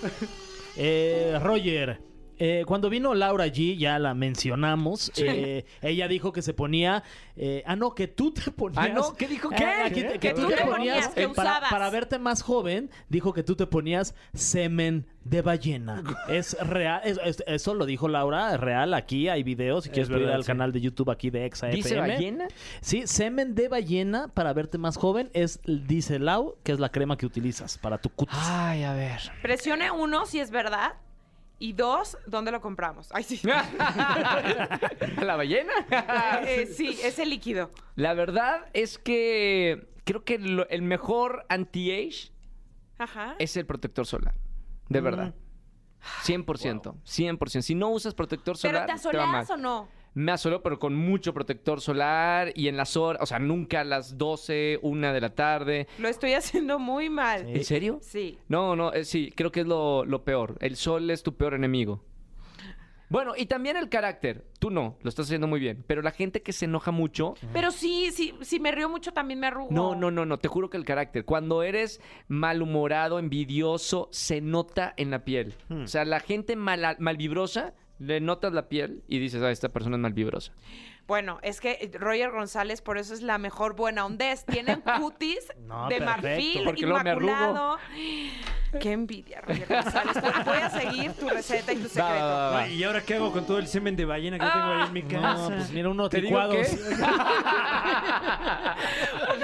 S4: Eh, Roger. eh, cuando vino Laura G, ya la mencionamos, eh, ella dijo que se ponía... eh, ah, no, que tú te ponías...
S6: Ah, no, ¿qué dijo? ¿Qué?
S4: Ah,
S6: ¿Qué?
S4: que,
S2: Que
S4: tú te ponías...
S2: que
S4: eh, para,
S2: usabas.
S4: para verte más joven, dijo que tú te ponías semen de
S6: (laughs)
S4: ballena. es real, es- es- eso lo dijo Laura, es real, aquí hay videos, si quieres ver
S3: verdad,
S4: al
S3: sí.
S4: canal de YouTube aquí de Exa
S6: ¿Dice
S4: FM.
S6: ballena?
S4: Sí, semen de ballena para verte más joven es, dice Lau, que es la crema que utilizas para tu cutis.
S6: Ay, a ver.
S2: Presione uno si es verdad. Y dos, ¿dónde lo compramos? Ay,
S6: (laughs)
S2: sí.
S6: ¿A (laughs) la ballena? (laughs)
S2: Eh, sí, ese líquido.
S6: La verdad es que creo que lo- el mejor anti-age
S2: Ajá.
S6: es el protector solar. De
S2: Mm.
S6: verdad. 100%, 100%. Si no usas protector
S2: ¿Pero
S6: solar,
S2: te
S6: te va mal.
S2: asoleas o no?
S6: Me asoló, pero con mucho protector solar y en las horas, o sea, nunca a las 12, 1 de la tarde.
S2: Lo estoy (laughs) haciendo muy mal.
S6: ¿En serio? eh,
S2: Sí.
S6: No, no, eh, sí, creo que es lo, lo peor. El sol es tu peor enemigo. Bueno, y también el carácter. Tú no, lo estás haciendo muy bien. Pero la gente que se enoja mucho,
S2: Pero sí, sí, si me río mucho también me arrugo.
S6: no, no, no, no, te juro que el carácter. Cuando eres malhumorado, envidioso, se nota en la piel. O sea, la gente mala- malvibrosa, le notas la piel y dices, ah, esta persona es malvibrosa.
S2: Bueno, es que Roger González por eso es la mejor buena ondez.
S6: (laughs)
S2: Tienen cutis
S4: No,
S2: de
S4: perfecto.
S2: marfil
S6: Porque luego me arrugo.
S2: inmaculado. (gasps) Qué envidia, Roger González. Pero Voy a seguir tu receta y tu
S6: Va, va,
S2: secreto.
S6: va, va.
S3: Ay, ¿Y ahora qué hago con todo el semen de ballena que tengo ahí en mi casa?
S4: No, pues mira, unos
S6: ¿Te digo
S4: licuados.
S6: qué? Ah,
S2: Ay,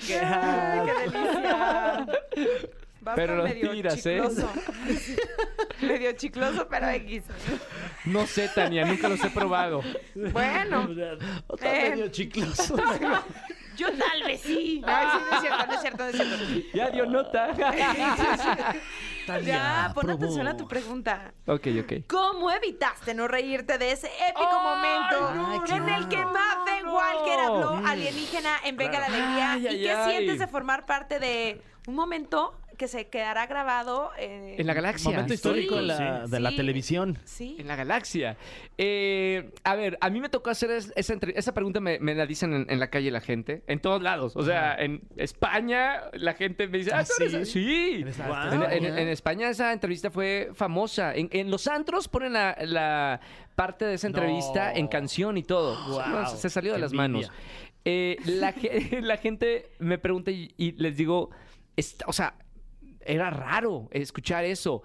S6: (laughs)
S2: qué delicia. Va a
S6: Pero
S2: estar
S6: lo
S2: medio
S6: tiras, ¿eh? (laughs)
S2: chicloso. medio chicloso, pero X.
S6: no sé, Tania, nunca los he probado.
S2: Bueno,
S4: Está
S2: Eh.
S4: medio
S2: (laughs)
S4: chicloso.
S2: yo tal vez sí. Ay, sí, no es cierto, no es cierto, no es cierto.
S6: Ya dio nota.
S2: Ya, pon
S4: probó.
S2: atención a tu pregunta.
S6: (laughs) ok, ok.
S2: ¿Cómo evitaste no reírte de ese épico momento
S4: no,
S2: en
S4: no,
S2: el que
S6: no,
S2: Maven
S6: no.
S2: Walker habló alienígena en Venga la Alegría?
S6: Ay,
S2: ¿Y
S6: ay,
S2: qué
S6: ay.
S2: sientes de formar parte de un momento que se quedará grabado eh,
S6: En la galaxia.
S4: Momento histórico de la, de la
S2: Sí.
S4: televisión.
S2: Sí.
S6: En la galaxia. Eh, a ver, a mí me tocó hacer es- esa, entre- esa pregunta, me, me la dicen en, en la calle la gente, en todos lados. O sea, en España la gente me dice, ah,
S4: ¿Ah,
S6: tú eres-
S4: sí?
S6: sí.
S4: Eres-
S3: Guau.
S6: En, en- en España esa entrevista fue famosa. En, en los antros ponen la, la parte de esa entrevista
S3: No.
S6: en canción y todo.
S3: Wow.
S6: No, se, se salió de
S3: Qué
S6: las
S3: envidia.
S6: manos. Eh, la, ge- (laughs) la gente me pregunta y, y les digo, "Está- o sea, era raro escuchar eso.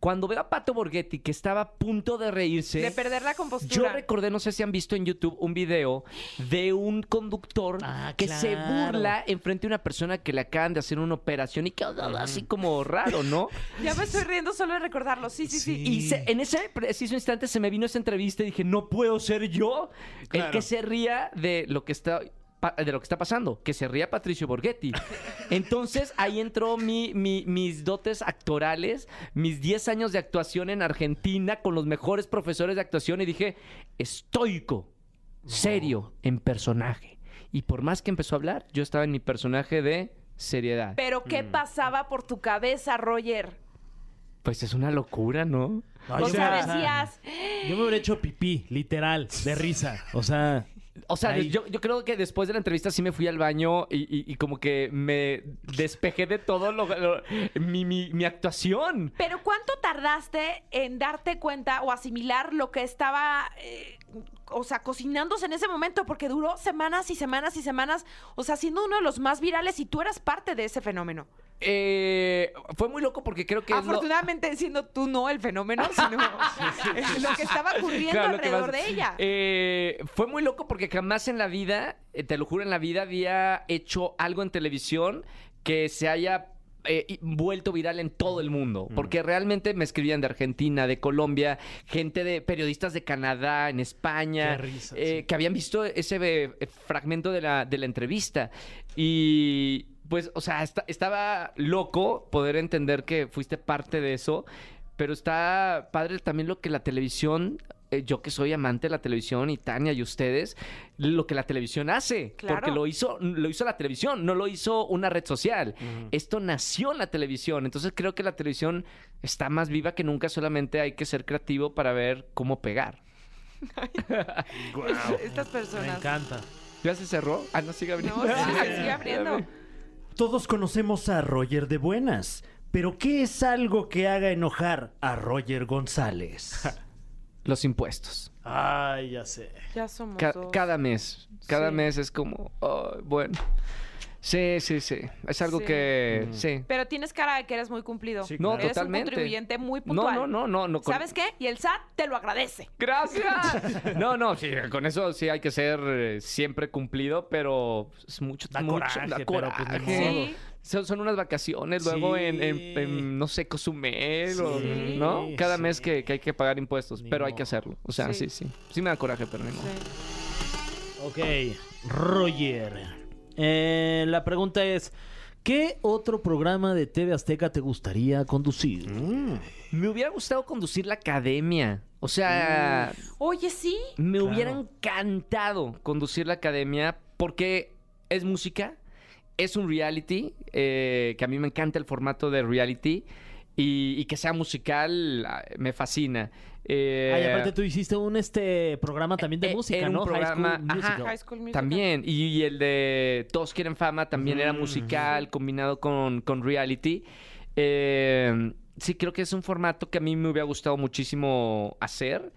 S6: Cuando veo a Pato Borghetti que estaba a punto de reírse...
S2: De perder la
S6: Yo
S2: compostura.
S6: recordé, no sé si han visto en YouTube un video de un conductor
S4: Ah,
S6: que se
S4: claro.
S6: burla enfrente de una persona que le acaban de hacer una operación y que así como raro, ¿no?
S2: ya me estoy riendo solo de recordarlo. Sí, sí, sí.
S6: Y se- en ese preciso instante se me vino esa entrevista y dije, no puedo ser yo el
S3: Claro.
S6: que se ría de lo que está pa- de lo que está pasando, que se ría Patricio Borghetti. Entonces ahí entró mi, mi- mis dotes actorales, mis 10 años de actuación en Argentina con los mejores profesores de actuación y dije, estoico, serio, en personaje. Y por más que empezó a hablar, yo estaba en mi personaje de seriedad.
S2: Pero ¿qué pasaba por tu cabeza, Roger?
S6: Pues es una locura, ¿no?
S4: No,
S2: o
S4: yo me-
S2: sea, decías,
S4: Yo me hubiera hecho pipí, literal, de risa. O sea,
S6: O sea,
S4: Ay.
S6: yo, yo creo que después de la entrevista sí me fui al baño y, y- y como que me despejé de todo lo, lo- mi, mi- mi actuación.
S2: ¿pero cuánto tardaste en darte cuenta o asimilar lo que estaba, eh, o sea, cocinándose en ese momento? Porque duró semanas y semanas y semanas, o sea, siendo uno de los más virales y tú eras parte de ese fenómeno.
S6: Eh, fue muy loco porque creo
S2: Ah,
S6: que... es lo-
S2: Afortunadamente, siendo tú no el fenómeno, sino lo que estaba ocurriendo
S6: Claro, lo que
S2: alrededor
S6: pasa-
S2: de ella.
S6: Eh, fue muy loco porque jamás en la vida, eh, te lo juro, en la vida había hecho algo en televisión que se haya eh, y- vuelto viral en todo el mundo.
S4: Mm.
S6: Porque realmente me escribían de Argentina, de Colombia, gente de periodistas de Canadá, en España,
S4: Qué risa,
S6: eh,
S4: sí.
S6: que habían visto ese eh, fragmento de la, de la entrevista. Y. Pues, o sea, esta- estaba loco poder entender que fuiste parte de eso, pero está padre también lo que la televisión, eh, yo que soy amante de la televisión y Tania y ustedes, lo que la televisión hace,
S2: Claro.
S6: porque lo hizo, lo hizo la televisión, no lo hizo una red social. Esto nació en la televisión, entonces creo que la televisión está más viva que nunca, solamente hay que ser creativo para ver cómo pegar.
S2: Estas
S4: me
S2: personas.
S4: encanta.
S6: ¿Ya se cerró? Ah, no, sigue abriendo.
S2: No,
S6: (laughs)
S2: sí, sigue abriendo.
S3: Todos conocemos a Roger de Buenas, pero ¿qué es algo que haga enojar a Roger González?
S6: Los impuestos.
S4: (laughs) Ay, ya sé.
S2: Ya somos
S6: Ca-
S2: dos.
S6: cada mes. Cada
S2: Sí.
S6: mes es como, "Ay, bueno. Sí, sí, sí. Es algo
S2: Sí.
S6: que... Sí.
S2: Pero tienes cara de que eres muy cumplido.
S3: Sí,
S6: No,
S3: claro.
S2: Eres un
S6: totalmente.
S2: contribuyente muy puntual.
S6: No, no, no, no. no con-
S2: ¿Sabes qué? Y el SAT te lo agradece. (laughs)
S6: Gracias. No, no, sí, con eso sí hay que ser eh, siempre cumplido, pero es mucho
S4: Da
S6: mucho,
S4: coraje,
S6: da
S4: pero pues ni
S6: coraje.
S2: modo. Sí.
S6: Son, son unas vacaciones luego
S4: Sí.
S6: en, en- en, no sé, Cozumel o,
S4: Sí,
S6: ¿no? Cada
S4: sí.
S6: mes que, que hay que pagar impuestos,
S4: Ni
S6: pero hay
S4: modo.
S6: que hacerlo. O sea,
S2: Sí.
S6: sí, sí. Sí, me da coraje, pero ni modo.
S4: Ok, Roger. Eh, la pregunta es: ¿Qué otro programa de TV Azteca te gustaría conducir?
S6: Me hubiera gustado conducir la academia. O sea,
S2: Oye, sí.
S6: Me hubiera encantado conducir la academia porque es música, es un reality, eh, que a mí me encanta el formato de reality. y, y que sea musical ah, me fascina. Eh,
S4: Ay, aparte tú hiciste un este programa también de
S6: eh,
S4: música,
S6: era un
S4: ¿no? High
S6: programa-
S4: School
S6: ajá,
S4: Musical.
S2: High School Musical.
S6: También, y, y el de Todos quieren fama también era musical, combinado con, con reality. Eh, sí, creo que es un formato que a mí me hubiera gustado muchísimo hacer.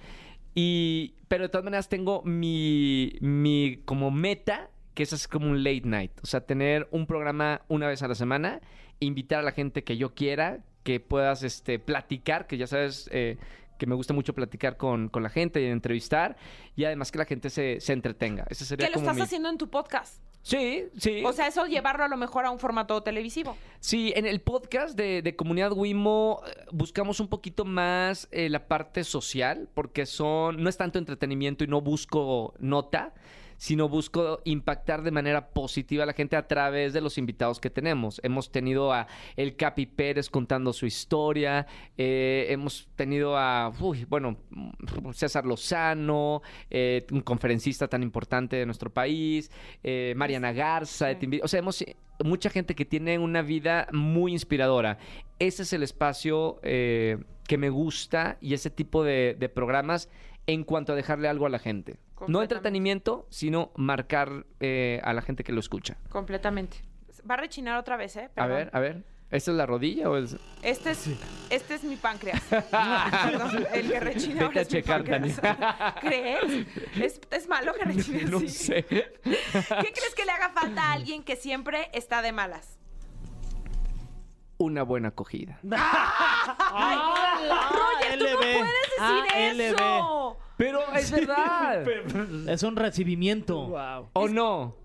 S6: Y, pero de todas maneras tengo mi, mi como meta, que es así como un late night. O sea, tener un programa una vez a la semana, invitar a la gente que yo quiera, que puedas este, platicar, que ya sabes... eh, que me gusta mucho platicar con, con la gente y entrevistar, y además que la gente se, se entretenga. Ese sería
S2: ¿Qué lo
S6: como
S2: estás
S6: mi-
S2: haciendo en tu podcast?
S6: Sí, sí.
S2: O sea, eso llevarlo a lo mejor a un formato televisivo.
S6: Sí, en el podcast de, de Comunidad Wimo eh, buscamos un poquito más eh, la parte social, porque son, no es tanto entretenimiento y no busco nota, sino busco impactar de manera positiva a la gente a través de los invitados que tenemos. Hemos tenido a El Capi Pérez contando su historia, eh, hemos tenido a, uy, bueno, César Lozano, eh, un conferencista tan importante de nuestro país, eh, Mariana Garza, de
S2: Sí.
S6: Timbiri- o sea, hemos mucha gente que tiene una vida muy inspiradora. Ese es el espacio eh, que me gusta y ese tipo de, de programas en cuanto a dejarle algo a la gente. No
S2: Completamente.
S6: entretenimiento, sino marcar eh, a la gente que lo escucha.
S2: Completamente. Va a rechinar otra vez, ¿eh?
S6: A
S2: Perdón.
S6: ver, a ver. ¿Esta es la rodilla o
S2: (laughs)
S6: es...? (laughs)
S2: Este es, este es mi páncreas. Perdón, el que rechina ahora
S6: Vete a
S2: es mi
S6: checar,
S2: páncreas. (laughs) ¿Crees? ¿Es, es malo que rechine
S6: No
S2: así?
S6: sé.
S2: ¿Qué crees que le haga falta a alguien que siempre está de malas?
S6: Una buena acogida. Ah,
S2: Roger, tú no
S4: LB.
S2: puedes decir
S4: ALB.
S2: eso.
S6: Pero
S2: (laughs)
S6: es verdad.
S4: Es un recibimiento.
S6: ¿O no?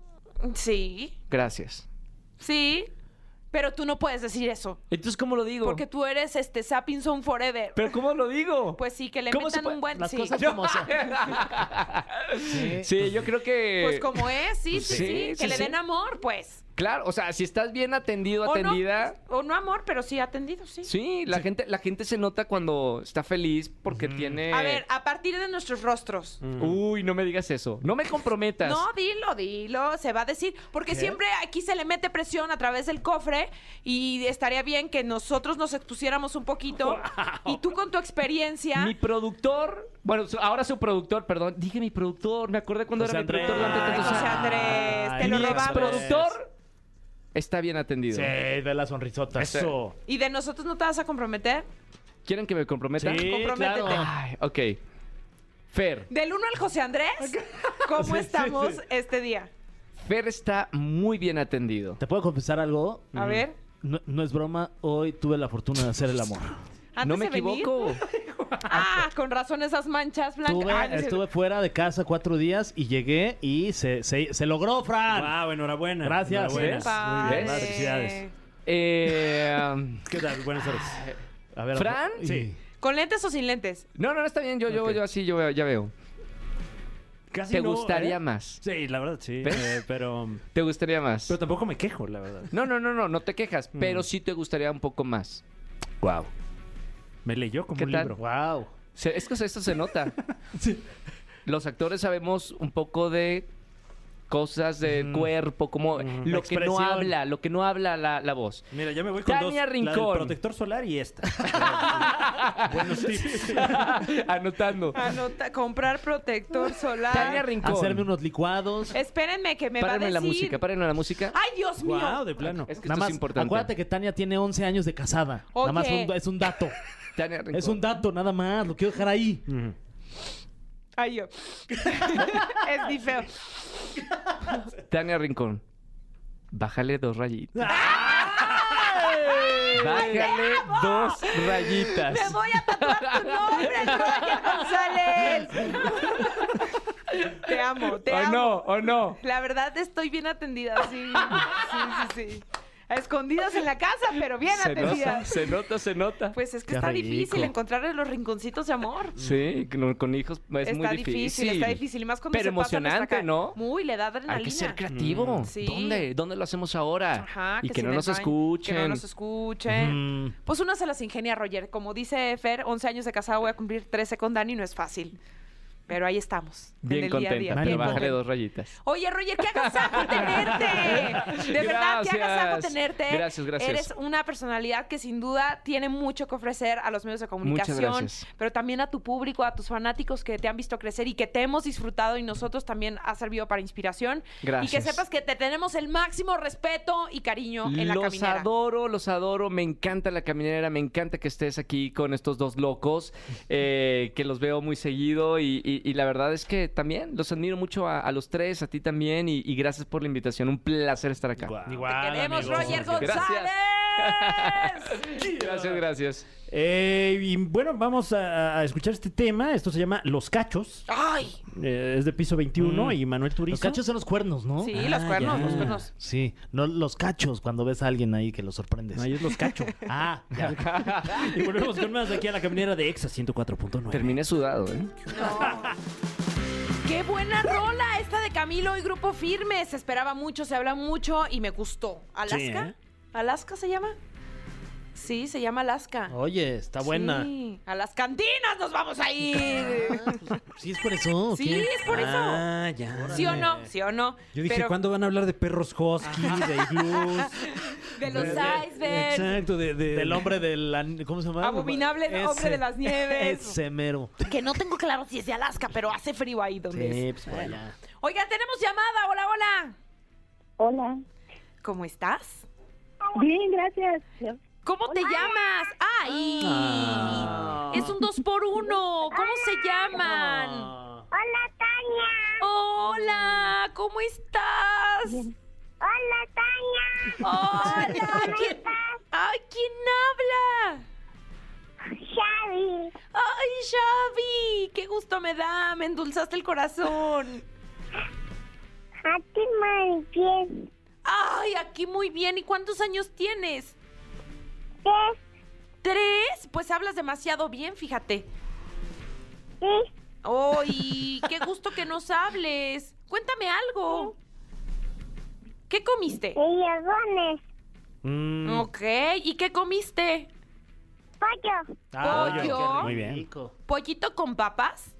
S2: Sí, (laughs)
S6: Gracias.
S2: sí. Pero tú no puedes decir eso.
S6: Entonces, ¿cómo lo digo?
S2: Porque tú eres este Sapinson Forever.
S6: ¿Pero cómo lo digo?
S2: pues sí, que le
S6: ¿Cómo se
S2: metan
S6: puede-
S2: un buen.
S4: Las
S2: sí.
S4: cosas como
S6: (laughs)
S4: son. Sí.
S6: Sí, yo creo que...
S2: Pues como es, sí, sí,
S6: Sí,
S2: sí.
S6: sí,
S2: que le
S6: sí.
S2: den amor, pues.
S6: Claro, o sea, si estás bien atendido,
S2: O no-
S6: atendida...
S2: O no amor, pero sí atendido, sí.
S6: Sí, la gente, la gente se nota cuando está feliz porque tiene.
S2: A ver, a partir de nuestros rostros.
S6: Uy, no me digas eso. No me comprometas.
S2: No, dilo, dilo, se va a decir, porque siempre aquí se le mete presión a través del cofre y estaría bien que nosotros nos expusiéramos un poquito y tú con tu experiencia...
S6: Mi productor, bueno, su- ahora su productor, perdón, dije mi productor, me acordé cuando
S4: José
S6: era mi productor
S4: Andrés.
S2: Ay,
S6: durante tantos
S2: José
S6: años.
S2: Andrés, te
S4: Ay,
S2: lo
S6: Mi
S4: mi
S2: robamos.
S6: productor está bien atendido.
S4: Sí, ve la sonrisota.
S6: Eso.
S2: ¿Y de nosotros no te vas a comprometer?
S6: ¿Quieren que me comprometa?
S4: Sí,
S2: Comprométete.
S4: claro.
S6: Ay, ok. Fer.
S2: Del 1 al José Andrés, (laughs) ¿cómo estamos este día?
S6: Fer está muy bien atendido.
S4: ¿Te puedo confesar algo? Mm.
S2: A ver,
S4: No, no es broma, hoy tuve la fortuna de hacer el
S6: (laughs)
S4: amor.
S2: antes
S6: no me
S2: de venir-
S6: equivoco.
S2: (laughs) Ah, con razón esas manchas blancas.
S4: Estuve,
S2: Ah, no es
S4: estuve
S2: cierto.
S4: fuera de casa cuatro días y llegué y se, se- se logró, Fran.
S3: Wow, enhorabuena.
S4: Gracias,
S3: Enhorabuena. Muy bien,
S2: Padre.
S6: ¿ves?
S3: felicidades.
S6: Eh,
S3: ¿Qué tal? Buenas tardes.
S4: A ver,
S6: ¿Fran?
S4: y-
S3: Sí.
S2: ¿Con lentes o sin lentes?
S6: no, no, no está bien. Yo, yo,
S3: Ok.
S6: yo así, yo veo- ya veo.
S3: Casi
S6: ¿Te
S3: no,
S6: gustaría
S3: ¿eh?
S6: más?
S3: Sí, la verdad sí.
S6: ¿Ves?
S3: eh, pero,
S6: ¿Te gustaría más?
S3: pero tampoco me quejo, la verdad.
S6: No, no, no, no, no te quejas,
S4: Mm.
S6: pero sí te gustaría un poco más.
S3: Wow. Me leyó como
S6: ¿Qué
S3: un
S6: tal?
S3: libro.
S4: Wow.
S6: Se- es que esto
S4: (laughs)
S6: se nota. Los actores sabemos un poco de cosas del cuerpo, como lo que no
S4: Mm. Expresión.
S6: habla, lo que no habla la,
S4: (laughs)
S6: la voz.
S3: Mira, ya me voy con
S6: Tania
S3: dos. La del
S6: Rincón.
S3: protector solar y
S6: (laughs)
S3: esta. Buenos tips.
S6: Anotando.
S2: Anota, comprar
S6: (laughs)
S2: protector solar.
S6: Tania Rincón.
S4: Hacerme unos licuados.
S2: Espérenme que me
S6: Párenme
S2: va a decir. Ah.
S6: la música, párenme la música.
S2: Ay, Dios mío.
S3: wow, de plano.
S6: Es que
S4: Nada
S6: esto
S4: más,
S6: es importante.
S4: acuérdate que Tania tiene 11 años de casada. Nada más
S2: Oye.
S4: un- es un dato.
S6: Tania Rincón.
S4: Es un dato, nada más. Lo quiero dejar ahí.
S3: Mm.
S2: Ay, yo. (laughs) es mi feo.
S6: Tania Rincón. Bájale dos rayitas. Bájale dos rayitas.
S2: Me voy a tatuar tu nombre, Roger González.
S6: (laughs)
S2: te amo, te
S6: o
S2: amo.
S6: Oh, no, o no.
S2: La verdad estoy bien atendida, sí. Sí, sí, sí. A escondidas en la casa, pero bien
S6: Se
S2: atendida.
S6: nota, se nota, se nota.
S2: Pues es que
S4: Qué
S2: está
S4: rico.
S2: difícil encontrar los rinconcitos de amor.
S6: Sí, con, con hijos pues, es
S2: está
S6: muy difícil.
S2: está difícil. Y más cuando
S6: Pero
S2: se pasa nuestra
S6: emocionante,
S2: cara.
S6: ¿no?
S2: Muy, le da
S6: Hay
S2: adrenalina.
S6: que ser creativo.
S2: Mm, Sí.
S6: ¿Dónde? ¿Dónde lo hacemos ahora?
S2: Ajá,
S6: y que
S2: si
S6: no
S2: del
S6: nos
S2: baño,
S6: escuchen.
S2: Que no nos escuchen.
S4: Mm.
S2: Pues uno se las ingenia, Roger. Como dice Fer, 11 años de casada voy a cumplir 13 con Dani, no es fácil. Pero ahí estamos. en
S6: Bien
S2: el día a
S6: contenta,
S2: día,
S6: pero
S2: bien
S6: bájale
S2: contenta.
S6: dos rayitas.
S2: Oye, Roger, qué agasajo tenerte. De verdad, qué
S6: Gracias.
S2: agasajo tenerte.
S6: Gracias, gracias.
S2: Eres una personalidad que sin duda tiene mucho que ofrecer a los medios de comunicación,
S6: gracias.
S2: pero también a tu público, a tus fanáticos que te han visto crecer y que te hemos disfrutado y nosotros también ha servido para inspiración. Y que
S6: Gracias.
S2: sepas que te tenemos el máximo respeto y cariño en la
S6: los
S2: caminera.
S6: adoro, los adoro. Me encanta la caminera, me encanta que estés aquí con estos dos locos, eh, que los veo muy seguido. Y, y- y la verdad es que también los admiro mucho a, a los tres, a ti también. Y, y gracias por la invitación. Un placer estar acá.
S3: Guau.
S2: Te queremos,
S4: amigo.
S2: Roger
S6: Gracias. (laughs)
S2: González.
S6: Gracias, gracias.
S3: Eh, y bueno, vamos a, a escuchar este tema. Esto se llama Los Cachos.
S2: Ay,
S3: Eh, es de piso 21
S4: Mm.
S3: y Manuel Turizo.
S4: Los cachos son los cuernos,
S6: Oh,
S4: ¿no? Ah,
S2: sí, los cuernos,
S3: ya.
S2: los cuernos.
S4: Sí, no los cachos cuando ves a alguien ahí que lo sorprendes.
S3: No, ahí es
S2: (laughs)
S3: Los Cachos.
S4: Ah, ya.
S3: y volvemos con más aquí a la caminera de Exa 104.9.
S6: Terminé sudado, ¿eh?
S2: Qué buena rola esta de Camilo y Grupo Firme. Se esperaba mucho, se habla mucho y me gustó. ¿Alaska?
S3: Sí, ¿eh?
S2: ¿Alaska se llama? Sí, se llama Alaska.
S3: Oh,
S4: Oye, está buena. Sí,
S2: Sí, a las cantinas nos vamos a ir.
S3: (laughs)
S4: es por eso. ¿o
S2: sí,
S4: qué?
S2: es por eso.
S3: Ah, ya.
S2: ¿Sí o no? ¿Sí o no?
S3: Yo dije,
S2: Pero
S3: ¿cuándo van a hablar de perros husky, de
S2: (laughs)
S3: iglús?
S2: De los
S3: de-
S2: icebergs.
S3: Exacto, de, de-
S4: Del hombre del... an- ¿Cómo se llama?
S2: Abominable hombre de las nieves.
S4: Ese mero.
S2: Que no tengo claro si es de Alaska, pero hace frío ahí donde es.
S4: Sí, pues por allá.
S2: Oiga, tenemos llamada. Hola, hola.
S7: Hola.
S2: ¿Cómo estás?
S7: Bien, gracias.
S2: ¿Cómo te llamas? ¡Ay!
S3: Ah.
S2: Es un dos por uno. ¿Cómo se
S3: Ah.
S2: llaman?
S7: Hola, Tania.
S2: Hola, ¿cómo estás?
S7: Hola, Tania.
S2: Hola, ¿quién, ay, ¿quién habla?
S7: Xavi.
S2: Ay, Xavi, qué gusto me da, me endulzaste el corazón.
S7: A ti, Mari, ¿quién?
S2: Ay, aquí muy bien, ¿y cuántos años tienes?
S7: ¿Qué?
S2: ¿Tres? Pues hablas demasiado bien, fíjate.
S7: Sí. (laughs)
S2: Ay, qué gusto que nos hables. Cuéntame algo. ¿Qué comiste? Mm.
S7: De Yogones.
S3: Mm.
S2: Ok, ¿y qué comiste?
S7: Pollo.
S4: Ah,
S2: Pollo.
S4: oye, qué
S3: Muy bien.
S4: rico.
S2: ¿Pollito con papas?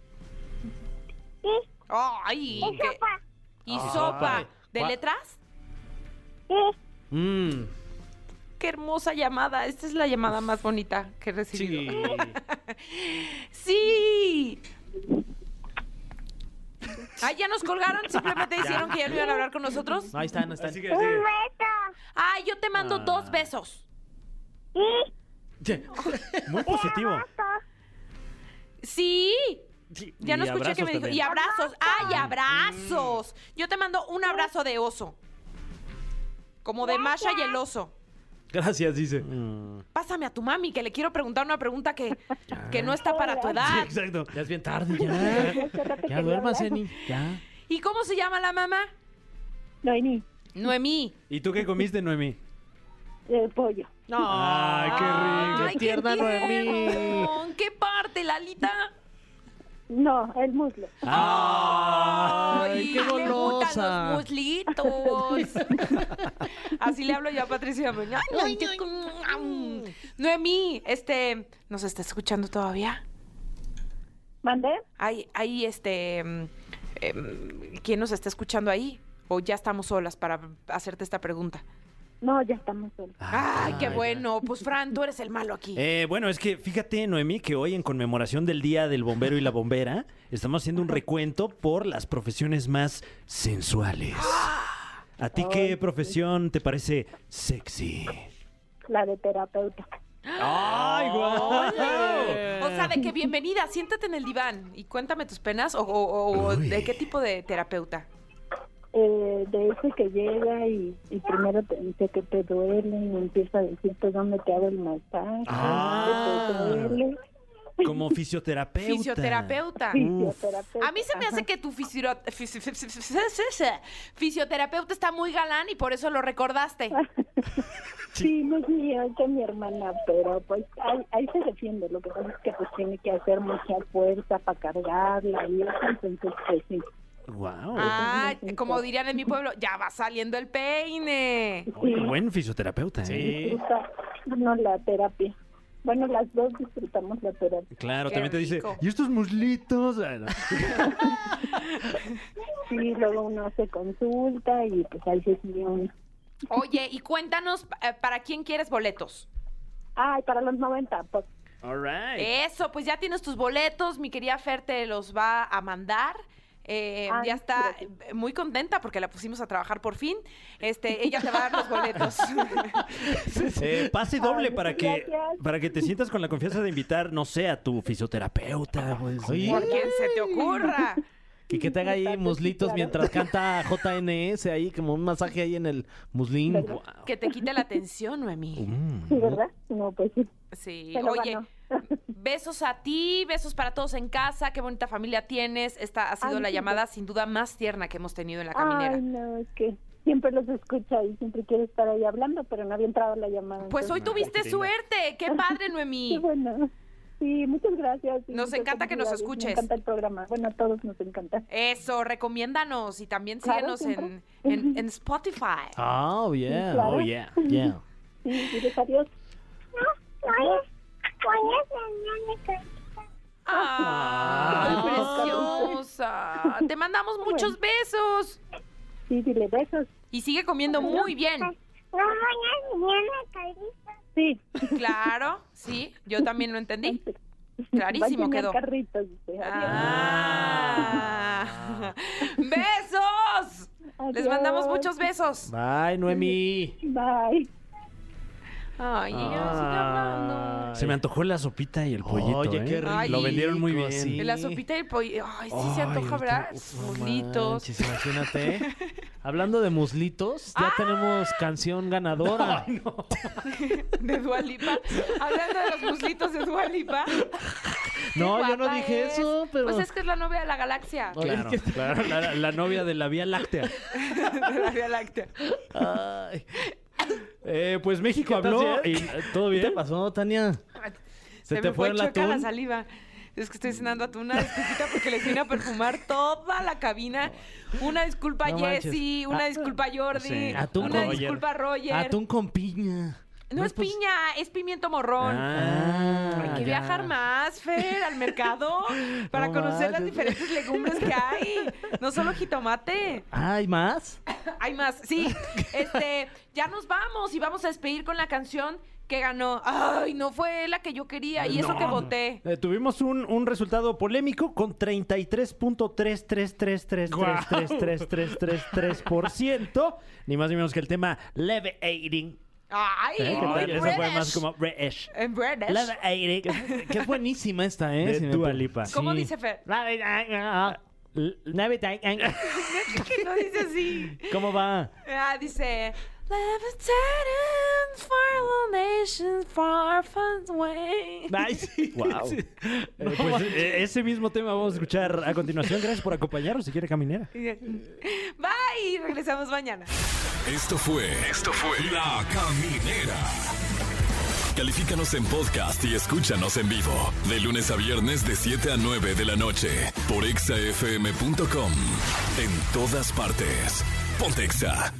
S7: Sí.
S2: Ay,
S7: ¿Y
S2: qué-
S7: sopa?
S2: y
S4: Ah.
S2: sopa. ¿De
S4: Gua-
S2: letras?
S7: Sí.
S4: Mm.
S2: Qué hermosa llamada. Esta es la llamada más bonita que he
S4: Sí.
S2: recibido. Sí. Ay, ya nos colgaron. Simplemente dijeron que ya no iban a hablar con nosotros.
S4: No, ahí están, ahí están.
S7: Un beso.
S2: Ay, yo te mando
S4: Ah.
S2: dos besos.
S7: Sí.
S3: Muy positivo.
S2: Sí.
S3: Sí,
S2: Ya
S3: y
S2: no escuché que
S3: abrazos
S2: me dijo.
S3: también.
S2: Y abrazos. Ay,
S4: Ah.
S2: abrazos. Yo te mando un abrazo de oso. Como de Masha y el oso.
S4: Gracias, dice.
S3: Mm,
S2: Pásame a tu mami, que le quiero preguntar una pregunta que, que no está para tu edad.
S4: Exacto. Ya es bien tarde, ya. ya duermas, Eni. Ya.
S2: ¿Y cómo se llama la mamá?
S7: Noemí,
S2: Noemí.
S3: ¿Y tú qué comiste, Noemí?
S7: el eh, pollo.
S2: No.
S4: Ay, qué rico. Qué tierna, Noemí.
S2: ¿En qué parte, Lalita?
S7: No, el muslo.
S4: ¡Ay, qué
S2: le gustan los
S4: golosa! (laughs)
S2: muslitos. Así le hablo yo a Patricia. Ay, ay, qué com- Noemí, este, ¿nos está escuchando todavía?
S7: ¿Mandé?
S2: Hay, hay, este, mm, em, ¿quién nos está escuchando ahí? O ya estamos solas para hacerte esta pregunta.
S7: No, ya estamos solos.
S2: Ah. Ay, qué bueno. Pues Fran, tú eres el malo aquí.
S3: Ah, Eh, bueno, es que fíjate, Noemí, que hoy en conmemoración del Día del Bombero y la Bombera, estamos haciendo un recuento por las profesiones más sensuales. ¿A ti qué profesión te parece sexy?
S7: La de terapeuta.
S3: ¡Ay, guau!
S2: O sea, de que bienvenida, siéntate en el diván y cuéntame tus penas o, o- o- o
S3: Uy.
S2: de qué tipo de terapeuta.
S7: Eh, de ese que llega y, y primero te dice que te duele y empieza a decirte dónde te hago el masaje.
S3: Ah.
S7: dónde te duele.
S3: Como fisioterapeuta.
S2: Fisioterapeuta.
S7: Fisioterapeuta.
S2: A mí se me hace que tu fisiro- fisi- fisi- fisi- fisioterapeuta está muy galán y por eso lo recordaste.
S7: Sí, no sé, igual que mi hermana, pero pues ahí, ahí se defiende. Lo que pasa es que pues tiene que hacer mucha fuerza para cargarla y eso, entonces pues sí.
S3: ¡Wow!
S2: Ah, como dirían en mi pueblo, ya va saliendo el peine.
S3: Oye, buen fisioterapeuta, ¿eh?
S4: Sí.
S7: Disfruta, no la terapia. Bueno, las dos disfrutamos la terapia.
S3: Claro,
S2: Qué
S3: también te dice,
S2: rico.
S3: ¿y estos muslitos? Ah, no.
S7: Sí, luego uno se consulta y pues ahí se sigue uno.
S2: Oye, y cuéntanos eh, para quién quieres boletos.
S7: Ay, para los 90, pues
S3: All right.
S2: Eso, pues ya tienes tus boletos, mi querida Fer te los va a mandar. Eh,
S7: Ay,
S2: ya está
S7: gracias.
S2: eh, muy contenta porque la pusimos a trabajar por fin. Este, ella te va a dar los boletos.
S3: Eh, pase doble para que
S7: gracias.
S3: para que te sientas con la confianza de invitar, no sé, a tu fisioterapeuta. pues,
S4: Oye.
S2: por quien se te ocurra.
S4: Y que te haga ahí
S7: Claro.
S4: muslitos mientras canta JNS ahí, como un masaje ahí en el muslín.
S7: ¿Verdad?
S2: Que te quite la atención, Noemí.
S3: Mm.
S7: sí, ¿verdad? No, pues sí.
S2: Sí,
S7: Se lo
S2: oye,
S7: ganó.
S2: (laughs) besos a ti, besos para todos en casa, qué bonita familia tienes. Esta ha sido
S7: Ay,
S2: la
S7: sí.
S2: llamada sin duda más tierna que hemos tenido en la caminera.
S7: Ay, no, es que siempre los escucha y siempre quiere estar ahí hablando, pero no había entrado la llamada.
S2: Pues hoy
S7: entonces-
S2: tuviste suerte, qué padre, Noemí.
S7: (laughs) Sí, bueno. Sí, muchas gracias. y
S2: Nos
S7: muchas
S2: encanta que nos
S7: felicidades.
S2: escuches.
S7: Me encanta el programa. Bueno, a todos nos encanta.
S2: Eso, recomiéndanos y también
S7: Claro,
S2: síguenos en,
S7: siempre. (laughs)
S2: en, en Spotify.
S4: Ah, oh, yeah.
S7: Sí, claro.
S4: Oh, yeah. Yeah.
S7: Sí, diles adiós.
S2: ¡Ay,
S7: Ah.
S2: preciosa! Te mandamos muchos besos.
S7: Sí, dile besos.
S2: Y sigue comiendo muy bien.
S7: Sí.
S2: Claro, sí, yo también lo entendí. Clarísimo
S7: Vayan
S2: quedó.
S7: al carrito, dice. Adiós.
S2: Ah. (laughs) ¡Besos! Les
S7: Adiós.
S2: mandamos muchos besos.
S4: Bye, Noemi.
S7: Bye.
S2: Ay, ella sigue
S4: Ah,
S2: hablando.
S3: Se me antojó la sopita y el pollito.
S4: Oye, qué
S3: ¿eh?
S4: rico.
S3: Lo vendieron muy bien.
S4: sí.
S2: La sopita del pollo. Ay, sí se
S4: Ay,
S2: antoja,
S4: ahorita-
S2: ¿verdad?
S4: Uf, no
S2: Muslitos.
S4: manches, imagínate. Hablando de muslitos,
S2: Ah.
S4: ya tenemos
S2: (laughs)
S4: canción ganadora.
S2: (laughs) de Dualipa. Hablando de los muslitos de Dualipa.
S4: No, yo no dije eso, pero.
S2: Pues es que es la novia de la galaxia.
S4: Oye,
S3: Claro,
S4: es que-
S3: claro, la, la novia de la Vía Láctea.
S2: (laughs) de la Vía Láctea.
S4: Ay,
S3: Eh, pues México
S4: ¿Qué tal,
S3: habló
S4: sí? eh,
S3: y todo
S4: ¿Qué
S3: bien.
S4: te pasó, Tania?
S2: Se,
S4: te
S2: me fue
S4: fue el
S2: chueca la
S4: atún?
S2: saliva. Es que estoy cenando atún. Una disculpita porque les vine a perfumar toda la cabina. Una disculpa a
S4: No manches.
S2: Jessy, una
S4: Ah,
S2: disculpa a Jordi,
S3: sí.
S4: Atún
S2: una
S4: con Roger.
S2: disculpa a Roger.
S4: Atún con piña.
S2: No es
S4: pos-
S2: piña, es pimiento morrón.
S3: Ah,
S2: Hay que
S4: ya.
S2: viajar más, Fer, al
S4: (laughs)
S2: mercado para
S4: No
S2: conocer las
S4: manches.
S2: diferentes legumbres que hay. No solo jitomate.
S4: ¿Hay más?
S2: Hay más,
S4: (laughs)
S2: sí. Este, ya nos vamos y vamos a despedir con la canción que ganó. Ay, no fue la que yo quería y eso
S3: No.
S2: que voté.
S3: Eh, tuvimos un, un resultado polémico con 33.33333333333%. Ni más ni menos que el tema Leviating.
S2: Ay,
S3: ¿Eh? ¿Qué tal?
S2: muy
S3: Eso fue
S2: British.
S3: más como British.
S2: En British.
S3: Leviating.
S4: Que es buenísima esta, ¿eh?
S3: De
S4: me
S3: Dua
S4: pre-
S3: Lipa.
S2: ¿Cómo
S4: Sí.
S2: dice
S3: (laughs)
S2: Fer? No dice
S3: (laughs)
S2: así.
S4: ¿Cómo va?
S2: assim. Ah, dice. Levitating for all nations far, far away.
S4: Ay, sí.
S3: Wow.
S4: Sí.
S3: Eh, pues eh, ese mismo tema vamos a escuchar a continuación. Gracias por acompañarnos si quiere caminera.
S2: Bye, regresamos mañana.
S1: Esto fue. Esto fue. La Caminera. Califícanos en podcast y escúchanos en vivo. De lunes a viernes, de 7 a 9 de la noche. Por exafm.com. En todas partes. Pontexa.